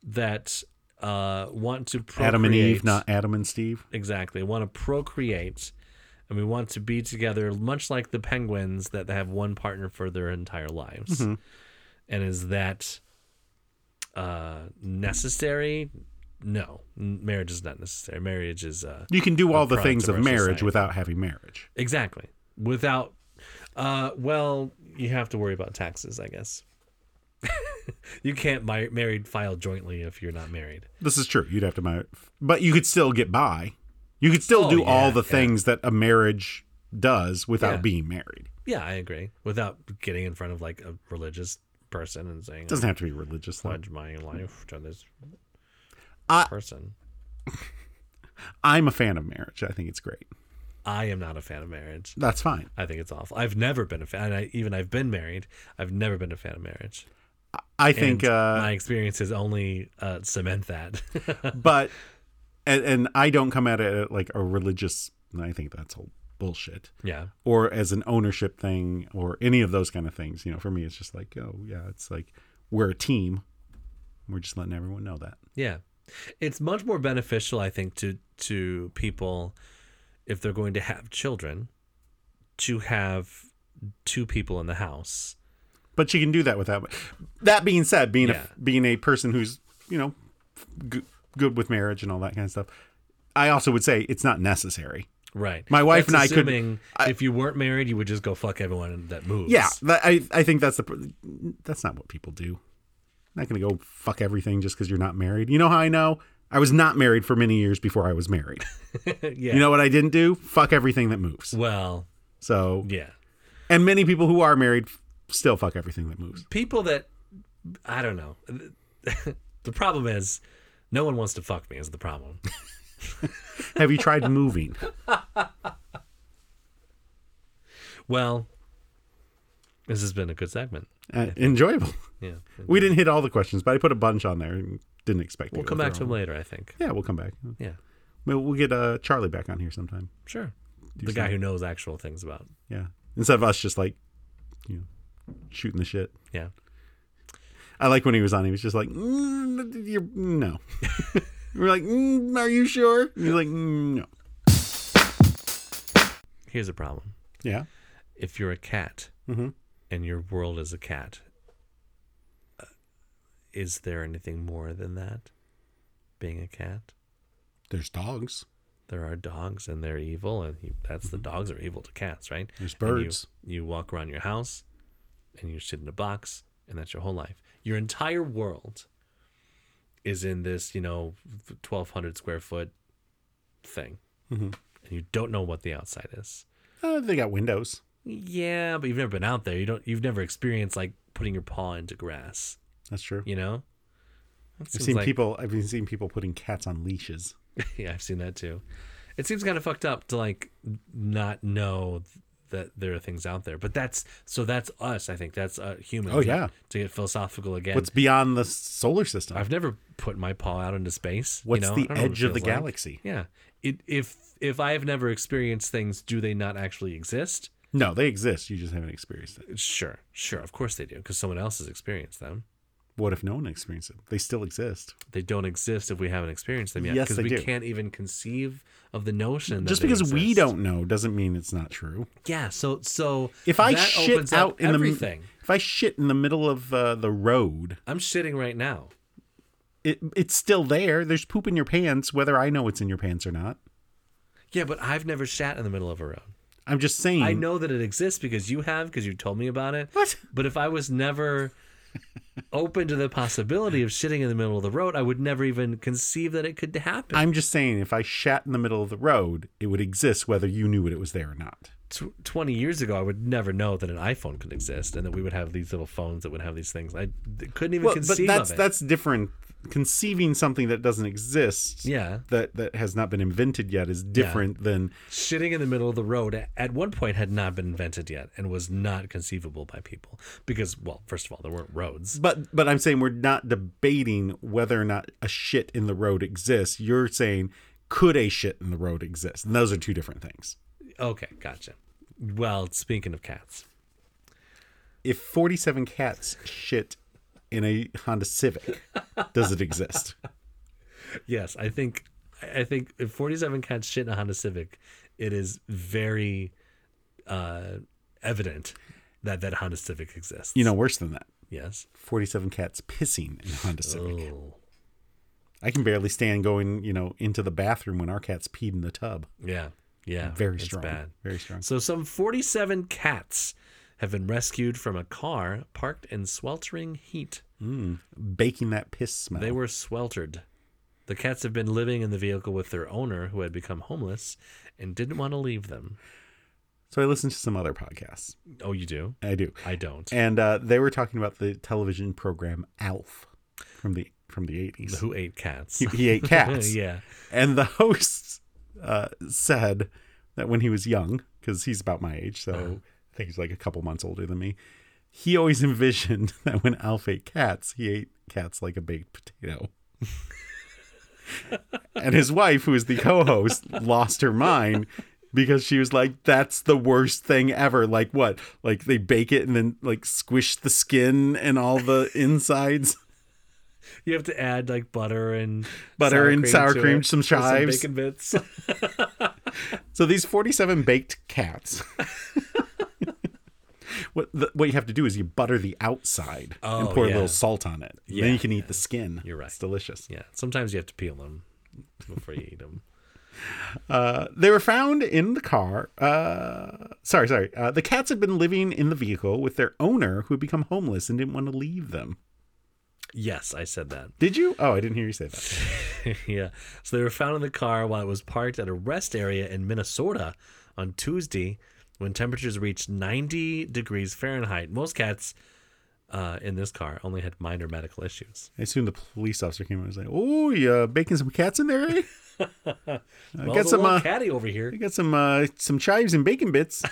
that uh, want to procreate. Adam and Eve, not Adam and Steve. exactly want to procreate, and we want to be together, much like the penguins that have one partner for their entire lives. And is that uh, necessary? No, N- marriage is not necessary. Marriage is uh, You can do all the product things of of our marriage society. without having marriage. Exactly. Without, uh, well, you have to worry about taxes, I guess. you can't mar- married file jointly if you're not married. This is true. You'd have to marry, but you could still get by. You could still Oh, do all yeah, the yeah. things that a marriage does without Yeah. being married. Yeah, I agree. Without getting in front of like a religious person and saying, It doesn't have to be religious. "I Though. pledge my life to this I- person." I'm a fan of marriage. I think it's great. I am not a fan of marriage. That's fine. I think it's awful. I've never been a fan. And I, even I've been married. I've never been a fan of marriage. I think, And uh, my experiences only uh, cement that. but and, and I don't come at it like a religious. I think that's all bullshit. yeah. Or as an ownership thing, or any of those kind of things. You know, for me, it's just like, oh yeah, it's like we're a team. We're just letting everyone know that. Yeah. It's much more beneficial, I think, to to people if they're going to have children to have two people in the house. but you can do that without. That being said, being Yeah. a being a person who's you know g- good with marriage and all that kind of stuff, I also would say it's not necessary. Right. My wife That's and I could- assuming if you weren't married, you would just go fuck everyone that moves. Yeah, that, I I think that's the pr- that's not what people do. not gonna go fuck everything just because you're not married. You know how I know? I was not married for many years before I was married. yeah. You know what I didn't do? Fuck everything that moves. Well, So, yeah. and many people who are married f- still fuck everything that moves. People that I don't know. the problem is no one wants to fuck me is the problem. Have you tried moving? well, this has been a good segment. Uh, enjoyable. Yeah. We didn't hit all the questions, but I put a bunch on there and didn't expect. We'll come back to them later, I think. Yeah, we'll come back. Yeah. We'll, we'll get uh, Charlie back on here sometime. Sure. The guy who knows actual things about. Yeah, instead of us just like, you know, shooting the shit. Yeah. I like when he was on. He was just like, mm, you're, no. We're like, mm, are you sure? And he's like, mm, no. Here's a problem. Yeah. If you're a cat Mhm. and your world is a cat, uh, is there anything more than that? Being a cat? There's dogs. There are dogs and they're evil, and you, that's the dogs are evil to cats, right? Mm-hmm. There's And you- birds. You, walk around your house and you sit in a box, and that's your whole life. Your entire world Mm-hmm. is in this, you know, 1,200 square foot thing. and you don't know what the outside is. Uh, they got windows. Yeah, but you've never been out there. You don't. You've never experienced like putting your paw into grass. That's true. You know. That I've seems seen like- people. I've been seeing people putting cats on leashes. yeah, I've seen that too. It seems kind of fucked up to like not know th- that there are things out there. But that's so that's us. I think that's uh, human. Oh, yeah. To get philosophical again, What's beyond the solar system? I've never put my paw out into space. you What's know? I the don't know what it edge of the feels like. galaxy? Yeah. It, if if I have never experienced things, do they not actually exist? No, they exist. You just haven't experienced it. Sure, sure. Of course they do, because someone else has experienced them. What if no one experienced it? They still exist. They don't exist if we haven't experienced them yet, Yes, because they we do. can't even conceive of the notion. That Just they because we exist. don't know doesn't mean it's not true. Yeah. So so If I that shit opens up out in everything, the if I shit in the middle of uh, the road, I'm shitting right now. it, it's still there. There's poop in your pants, whether I know it's in your pants or not. Yeah, but I've never shat in the middle of a road. I'm just saying. I know that it exists because you have, because you told me about it. What? But if I was never open to the possibility of shitting in the middle of the road, I would never even conceive that it could happen. I'm just saying. If I shat in the middle of the road, it would exist whether you knew it was there or not. Tw- 20 years ago, I would never know that an iPhone could exist and that we would have these little phones that would have these things. I d- couldn't even Well, but conceive that's of it. that's different. Conceiving something that doesn't exist, Yeah. that that has not been invented yet, is different than Shitting in the middle of the road a- at one point had not been invented yet and was not conceivable by people because, well, first of all, there weren't roads. But but I'm saying we're not debating whether or not a shit in the road exists. You're saying could a shit in the road exist? And those are two different things. Okay, gotcha. Well, speaking of cats, If 47 cats shit in a Honda Civic, does it exist? yes, I think I I think if 47 cats shit in a Honda Civic, it is very uh, evident that that Honda Civic exists. You know, worse than that. yes. 47 cats pissing in a Honda Civic. Oh, I can barely stand going, you know, into the bathroom when our cats peed in the tub. yeah, yeah. Very it's strong. Bad. Very strong. So some 47 cats have been rescued from a car parked in sweltering heat. Mm, Baking that piss smell. They were sweltered. The cats have been living in the vehicle with their owner, who had become homeless and didn't want to leave them. so I listened to some other podcasts. Oh, you do? I do. I don't. and uh, they were talking about the television program Alf from the from the eighties. Who ate cats? He, he ate cats, yeah. and the host uh, said that when he was young, because he's about my age, so I think he's like a couple months older than me. He always envisioned that when Alf ate cats, he ate cats like a baked potato. and his wife, who is the co-host, lost her mind because she was like, "That's the worst thing ever." Like what? Like they bake it and then like squish the skin and all the insides. You have to add like butter and Butter and sour to cream, it, some with chives. bacon bits. So these 47 baked cats. what the, what you have to do is you butter the outside and Oh, pour a yeah. little salt on it. Yeah, then you can eat the skin. You're right. Mm. It's delicious. yeah. Sometimes you have to peel them before you eat them. Uh, they were found in the car. Uh, sorry, sorry. Uh, the cats had been living in the vehicle with their owner, who had become homeless and didn't want to leave them. Yes, I said that. Did you? Oh, I didn't hear you say that. yeah. So they were found in the car while it was parked at a rest area in Minnesota on Tuesday when temperatures reached 90 degrees Fahrenheit. Most cats uh, in this car only had minor medical issues. I assume the police officer came in and was like, "Oh, you baking some cats in there? Eh? I got some, uh, catty over here I got some uh, some chives and bacon bits.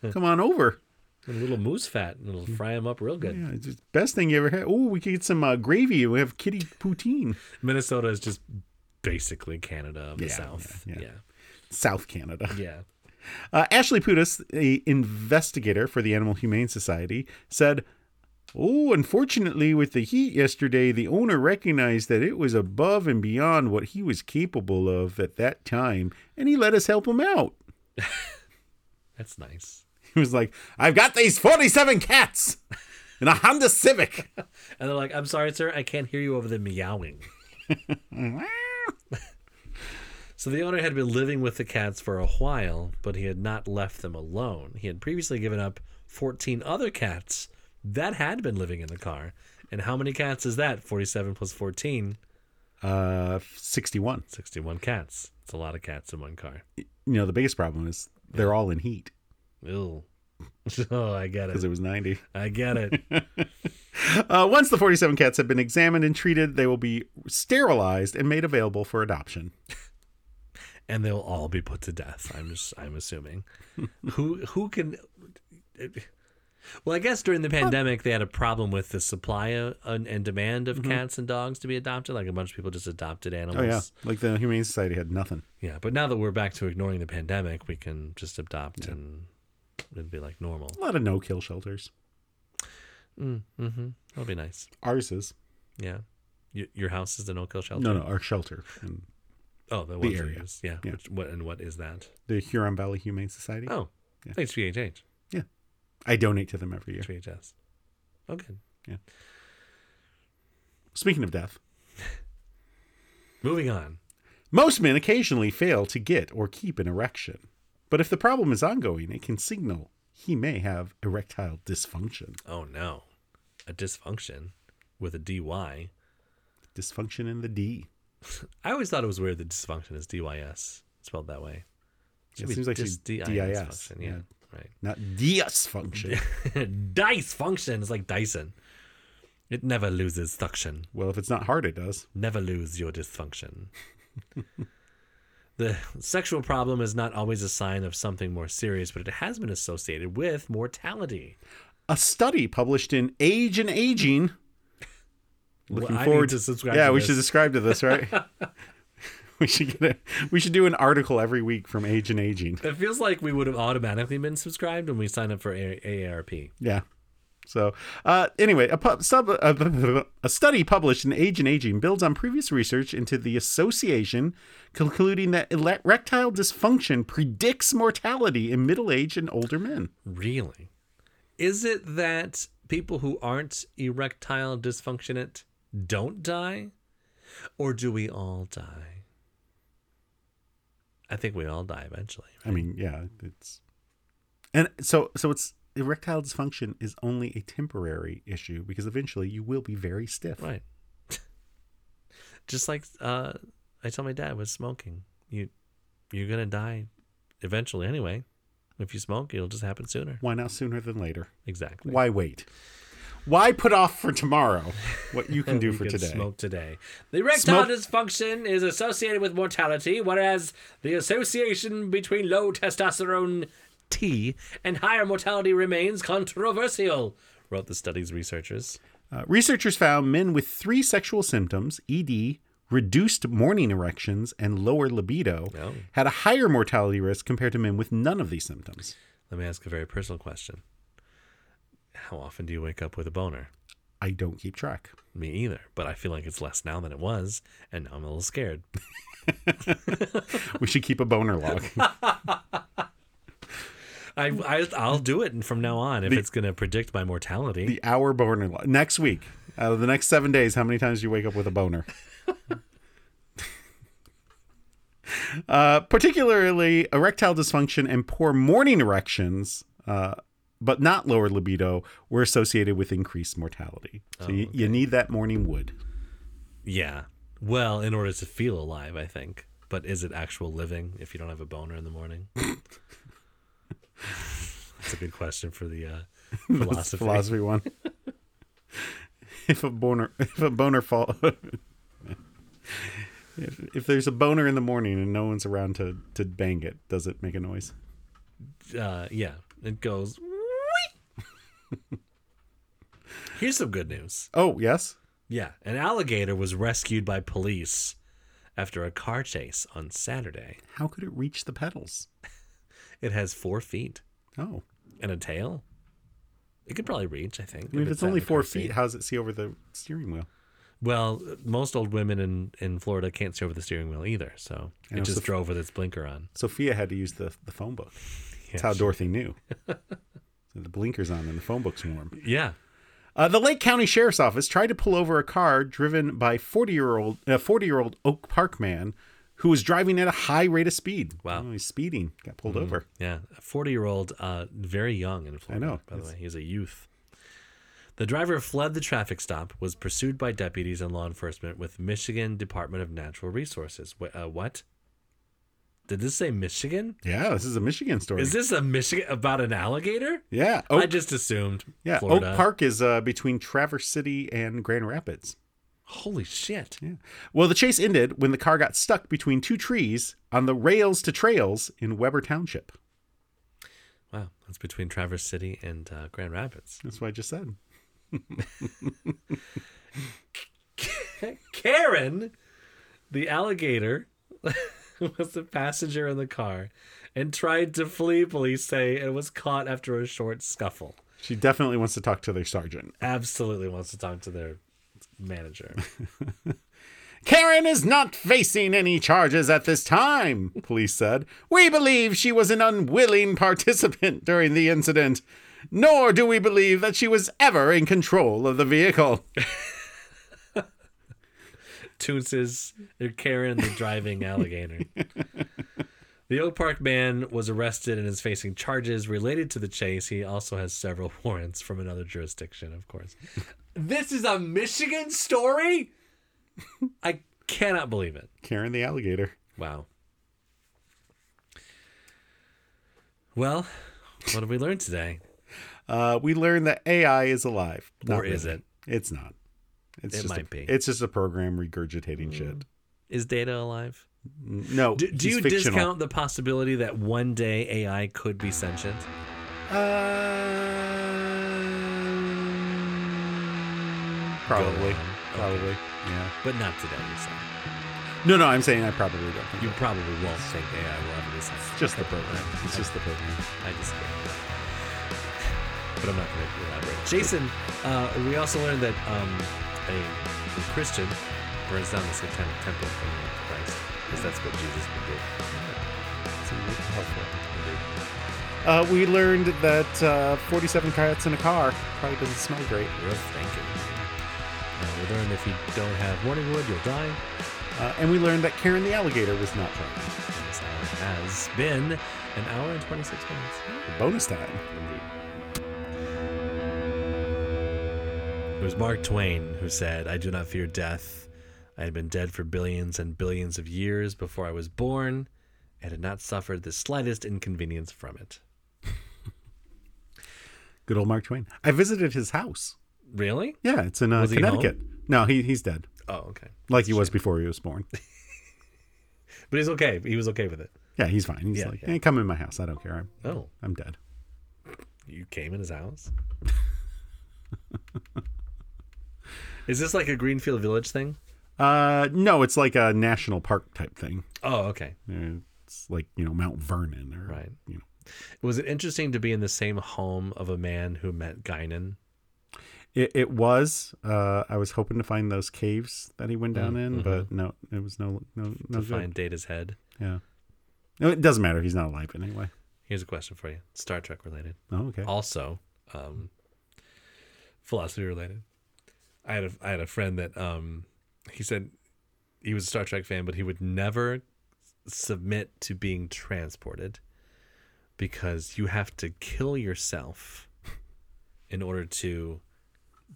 Come on over." and a little moose fat and it'll fry them up real good. Yeah, it's just best thing you ever had. Oh, we could get some uh, gravy. We have kitty poutine. Minnesota is just basically Canada of the Yeah, South. yeah, Yeah. yeah. Yeah. South Canada. yeah. Uh, Ashley Putis, a investigator for the Animal Humane Society, said, "Oh, unfortunately, with the heat yesterday, the owner recognized that it was above and beyond what he was capable of at that time, and he let us help him out." That's nice. He was like, "I've got these forty-seven cats in a Honda Civic." And they're like, I'm sorry, sir, I can't hear you over the meowing. So the owner had been living with the cats for a while, but he had not left them alone. He had previously given up 14 other cats that had been living in the car. And how many cats is that? 47 plus 14, uh, sixty-one. 61 cats. It's a lot of cats in one car. you know the biggest problem is they're all in heat Ew. oh, I get because it. it was 90. I get it. Uh, once the 47 cats have been examined and treated, they will be sterilized and made available for adoption. and they'll all be put to death. I'm just, I'm assuming. who who can? Well, I guess during the pandemic they had a problem with the supply uh, and, and demand of cats and dogs to be adopted. Like a bunch of people just adopted Mm-hmm. Oh animals. yeah, like the Humane Society had nothing. Yeah, but now that we're back to ignoring the pandemic, we can just adopt and it'd be like normal. A lot of no-kill shelters. Mm-hmm. That'll be nice. Ours is Yeah. Y- your house is an no-kill shelter. no, no, our shelter. And Oh, the, one area. Yeah. Yeah. Which, what and what is that? the Huron Valley Humane Society. Oh, Yeah. thanks VHH. I donate to them every year. VHS. Oh, good. Speaking of death, Moving on. most men occasionally fail to get or keep an erection, but if the problem is ongoing, it can signal he may have erectile dysfunction. Oh no, a dysfunction with a DY. Dysfunction in the D. I always thought it was weird that dysfunction is DYS spelled that way. Yeah, Should be it seems like dys- DIS. DIS function, Yeah, Not dysfunction. right. Dice function is like Dyson. It never loses suction. well, if it's not hard, it does. Never lose your dysfunction. the sexual problem is not always a sign of something more serious, but it has been associated with mortality. a study published in Age and Aging. Looking I need forward to subscribe Yeah, to we this. should subscribe to this, right? we should get a, We should do an article every week from Age and Aging. It feels like we would have automatically been subscribed when we signed up for A- AARP. Yeah. So, uh, anyway, a, pub, sub, a, a study published in Age and Aging builds on previous research into the association, concluding that erectile dysfunction predicts mortality in middle aged and older men. Really? Is it that people who aren't erectile dysfunctionate don't die? Or do we all die? I think we all die eventually. I mean, yeah, it's and so so it's erectile dysfunction is only a temporary issue because eventually you will be very stiff. Right. Just like uh, I told my dad with smoking. You you're gonna die eventually anyway. If you smoke, it'll just happen sooner. Why not sooner than later? Exactly. Why wait? Why put off for tomorrow what you can do we for could today? Smoke today. The erectile Smoke- dysfunction is associated with mortality, whereas the association between low testosterone T and higher mortality remains controversial, wrote the study's researchers. Uh, researchers found men with three sexual symptoms, ED, reduced morning erections, and lower libido, Oh. had a higher mortality risk compared to men with none of these symptoms. Let me ask a very personal question. How often do you wake up with a boner? I don't keep track. Me either, but I feel like it's less now than it was, and now I'm a little scared. We should keep a boner log. I, I I'll do it from now on if it's going to predict my mortality. the hour boner lo- next week out of the next seven days how many times do you wake up with a boner uh, particularly erectile dysfunction and poor morning erections uh, but not lower libido were associated with increased mortality so you, you need that morning wood Yeah. Well, in order to feel alive, I think. But is it actual living if you don't have a boner in the morning? That's a good question for the uh, That's the philosophy. philosophy one if a boner if a boner fall if, if there's a boner in the morning and no one's around to to bang it does it make a noise Uh, yeah, it goes. "Wee." Here's some good news. oh yes Yeah, an alligator was rescued by police after a car chase on Saturday. How could it reach the pedals? It has four feet Oh, and a tail. It could probably reach, I think. I mean, if it's sat in only the four car seat. feet, how does it see over the steering wheel? Well, most old women in, in Florida can't see over the steering wheel either, so I it know, just so- drove with its blinker on. Sophia had to use the, the phone book. That's how Dorothy knew. So the blinker's on and the phone book's warm. Yeah. Uh, the Lake County Sheriff's Office tried to pull over a car driven by forty year old a forty year old Oak Park man who was driving at a high rate of speed. Wow. Mm-hmm. Oh, he's speeding. Got pulled over. Yeah. A 40 year old, uh, very young in Florida, know, by the way. He's a youth. The driver fled the traffic stop, was pursued by deputies and law enforcement with Michigan Department of Natural Resources. Wh- uh, what? Did this say Michigan? Yeah, this is a Michigan story. Is this a Michigan about an alligator? yeah. Oak, I just assumed. yeah. Florida. Oak Park is uh, between Traverse City and Grand Rapids. Holy shit. Yeah. Well, the chase ended when the car got stuck between two trees on the rails to trails in Weber Township. Wow. That's between Traverse City and uh, Grand Rapids. That's what I just said. Karen, the alligator, was the passenger in the car and tried to flee, police say, and was caught after a short scuffle. She definitely wants to talk to their sergeant. Absolutely wants to talk to their manager. Karen is not facing any charges at this time, police said. We believe she was an unwilling participant during the incident, nor do we believe that she was ever in control of the vehicle. Toons is they're Karen, the driving alligator. The Oak Park man was arrested and is facing charges related to the chase. He also has several warrants from another jurisdiction, of course. this is a Michigan story? I cannot believe it. Karen the alligator. Wow. Well, what did we learn today? Uh, we learned that AI is alive. Or is it? It's not. It's It just a- might be. It's just a program regurgitating shit. Is data alive? No. Do, do he's you fictional. discount the possibility that one day AI could be sentient? Uh, probably. Go on. Probably. Yeah. But not today, you say. No, no, I'm saying I probably don't. think You probably won't think AI will ever be sentient. It's just the program. It's just the program. I disagree. But I'm not going to elaborate. Jason, uh, we also learned that um, a, a Christian burns down the satanic temple for the name of Christ, because that's what Jesus would do. So we look helpful. Indeed. Uh, we learned that uh, 47 cats in a car probably doesn't smell great. Real thinking. Uh, we learned if you don't have warning wood, you'll die. Uh, and we learned that Karen the alligator was not driving. And this hour has been an hour and 26 minutes. Bonus time. It was Mark Twain who said, I do not fear death. I had been dead for billions and billions of years before I was born and had not suffered the slightest inconvenience from it. Good old Mark Twain. I visited his house. Really? Yeah, it's in uh, Was he home? Connecticut. No, he, he's dead. Oh, okay. Like he was before he was born. But he's okay. He was okay with it. Yeah, he's fine. He's Yeah, like, yeah. hey, come in my house. I don't care. I'm, Oh, I'm dead. you came in his house? Is this like a Greenfield Village thing? Uh, no, it's like a national park type thing. Oh, okay. Uh, It's like you know Mount Vernon or Right. you know. Was it interesting to be in the same home of a man who met Guinan? It, it was. Uh, I was hoping to find those caves that he went down in, but no, it was no no no Mm, mm-hmm. to good. find Data's head. Yeah. No, it doesn't matter. He's not alive anyway. Here's a question for you, Star Trek related, Oh, okay. also um, philosophy related. I had a I had a friend that um, he said he was a Star Trek fan, but he would never submit to being transported because you have to kill yourself in order to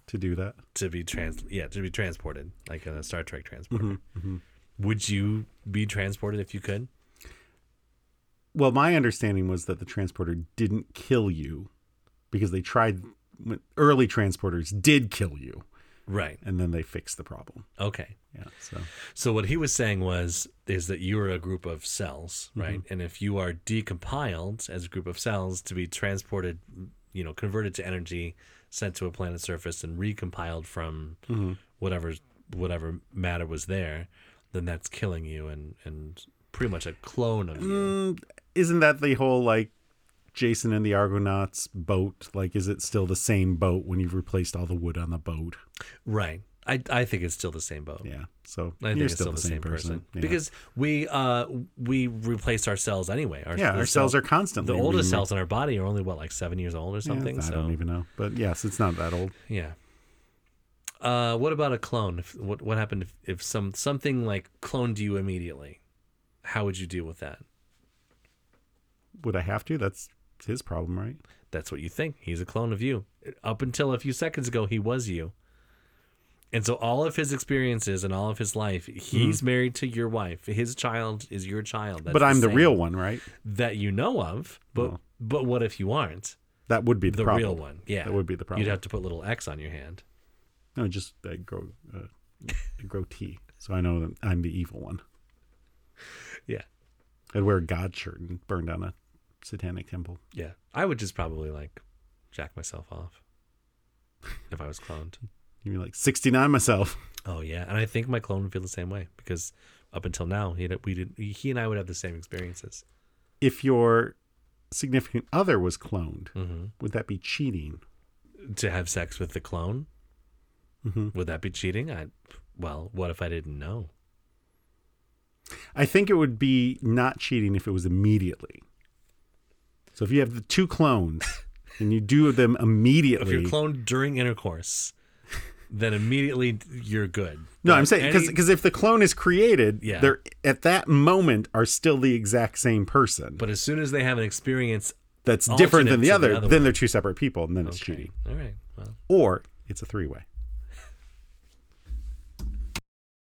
To do that. to be trans yeah to be transported like a Star Trek transporter. Would you be transported if you could? Well, my understanding was that the transporter didn't kill you because they tried when early transporters did kill you Right. and then they fixed the problem. Okay. Yeah. So So what he was saying was is that you are a group of cells, Mm-hmm. right? And if you are decompiled as a group of cells to be transported, you know, converted to energy, sent to a planet's surface and recompiled from Mm-hmm. whatever whatever matter was there, then that's killing you and and pretty much a clone of you. Mm. isn't that the whole like Jason and the Argonauts boat? Like, is it still the same boat when you've replaced all the wood on the boat? Right. I I think it's still the same boat. Yeah. So I think you're it's still, the same, person, Yeah. because we uh we replaced our cells anyway. Our, yeah, our cells cell- are constantly the oldest remo- cells in our body are only what like seven years old or Yeah, something. I so don't even know, but yes, it's not that old. Yeah. Uh, what about a clone? If, what what happened if, if some something like cloned you immediately? How would you deal with that? Would I have to? That's his problem, right? That's what you think. He's a clone of you. Up until a few seconds ago, he was you. And so all of his experiences and all of his life, he's married to your wife. His child is your child. That's Hmm. but I'm the same real one, right? that you know of. But but what if you aren't That would be the, the problem. real one? Yeah, That would be the problem. You'd have to put little X on your hand. No, just uh, grow, uh, grow tea, so I know that I'm the evil one. Yeah, I'd wear a god shirt and burn down a satanic temple. yeah. I would just probably like jack myself off if I was cloned. You'd be like 69 myself. Oh yeah, and I think my clone would feel the same way because up until now, he we did he and I would have the same experiences. If your significant other was cloned, Mm-hmm. would that be cheating? To have sex with the clone, would that be cheating? I well, what if I didn't know? I think it would be not cheating if it was immediately. So if you have the two clones and you do them If immediately. you're cloned during intercourse, then immediately you're good. no, But I'm saying any- because if the clone is created, Yeah. they're at that moment are still the exact same person. But as soon as they have an experience, that's different alternate than the to the other, other then they're two separate people, and then it's cheating. all right, well, Or it's a three way.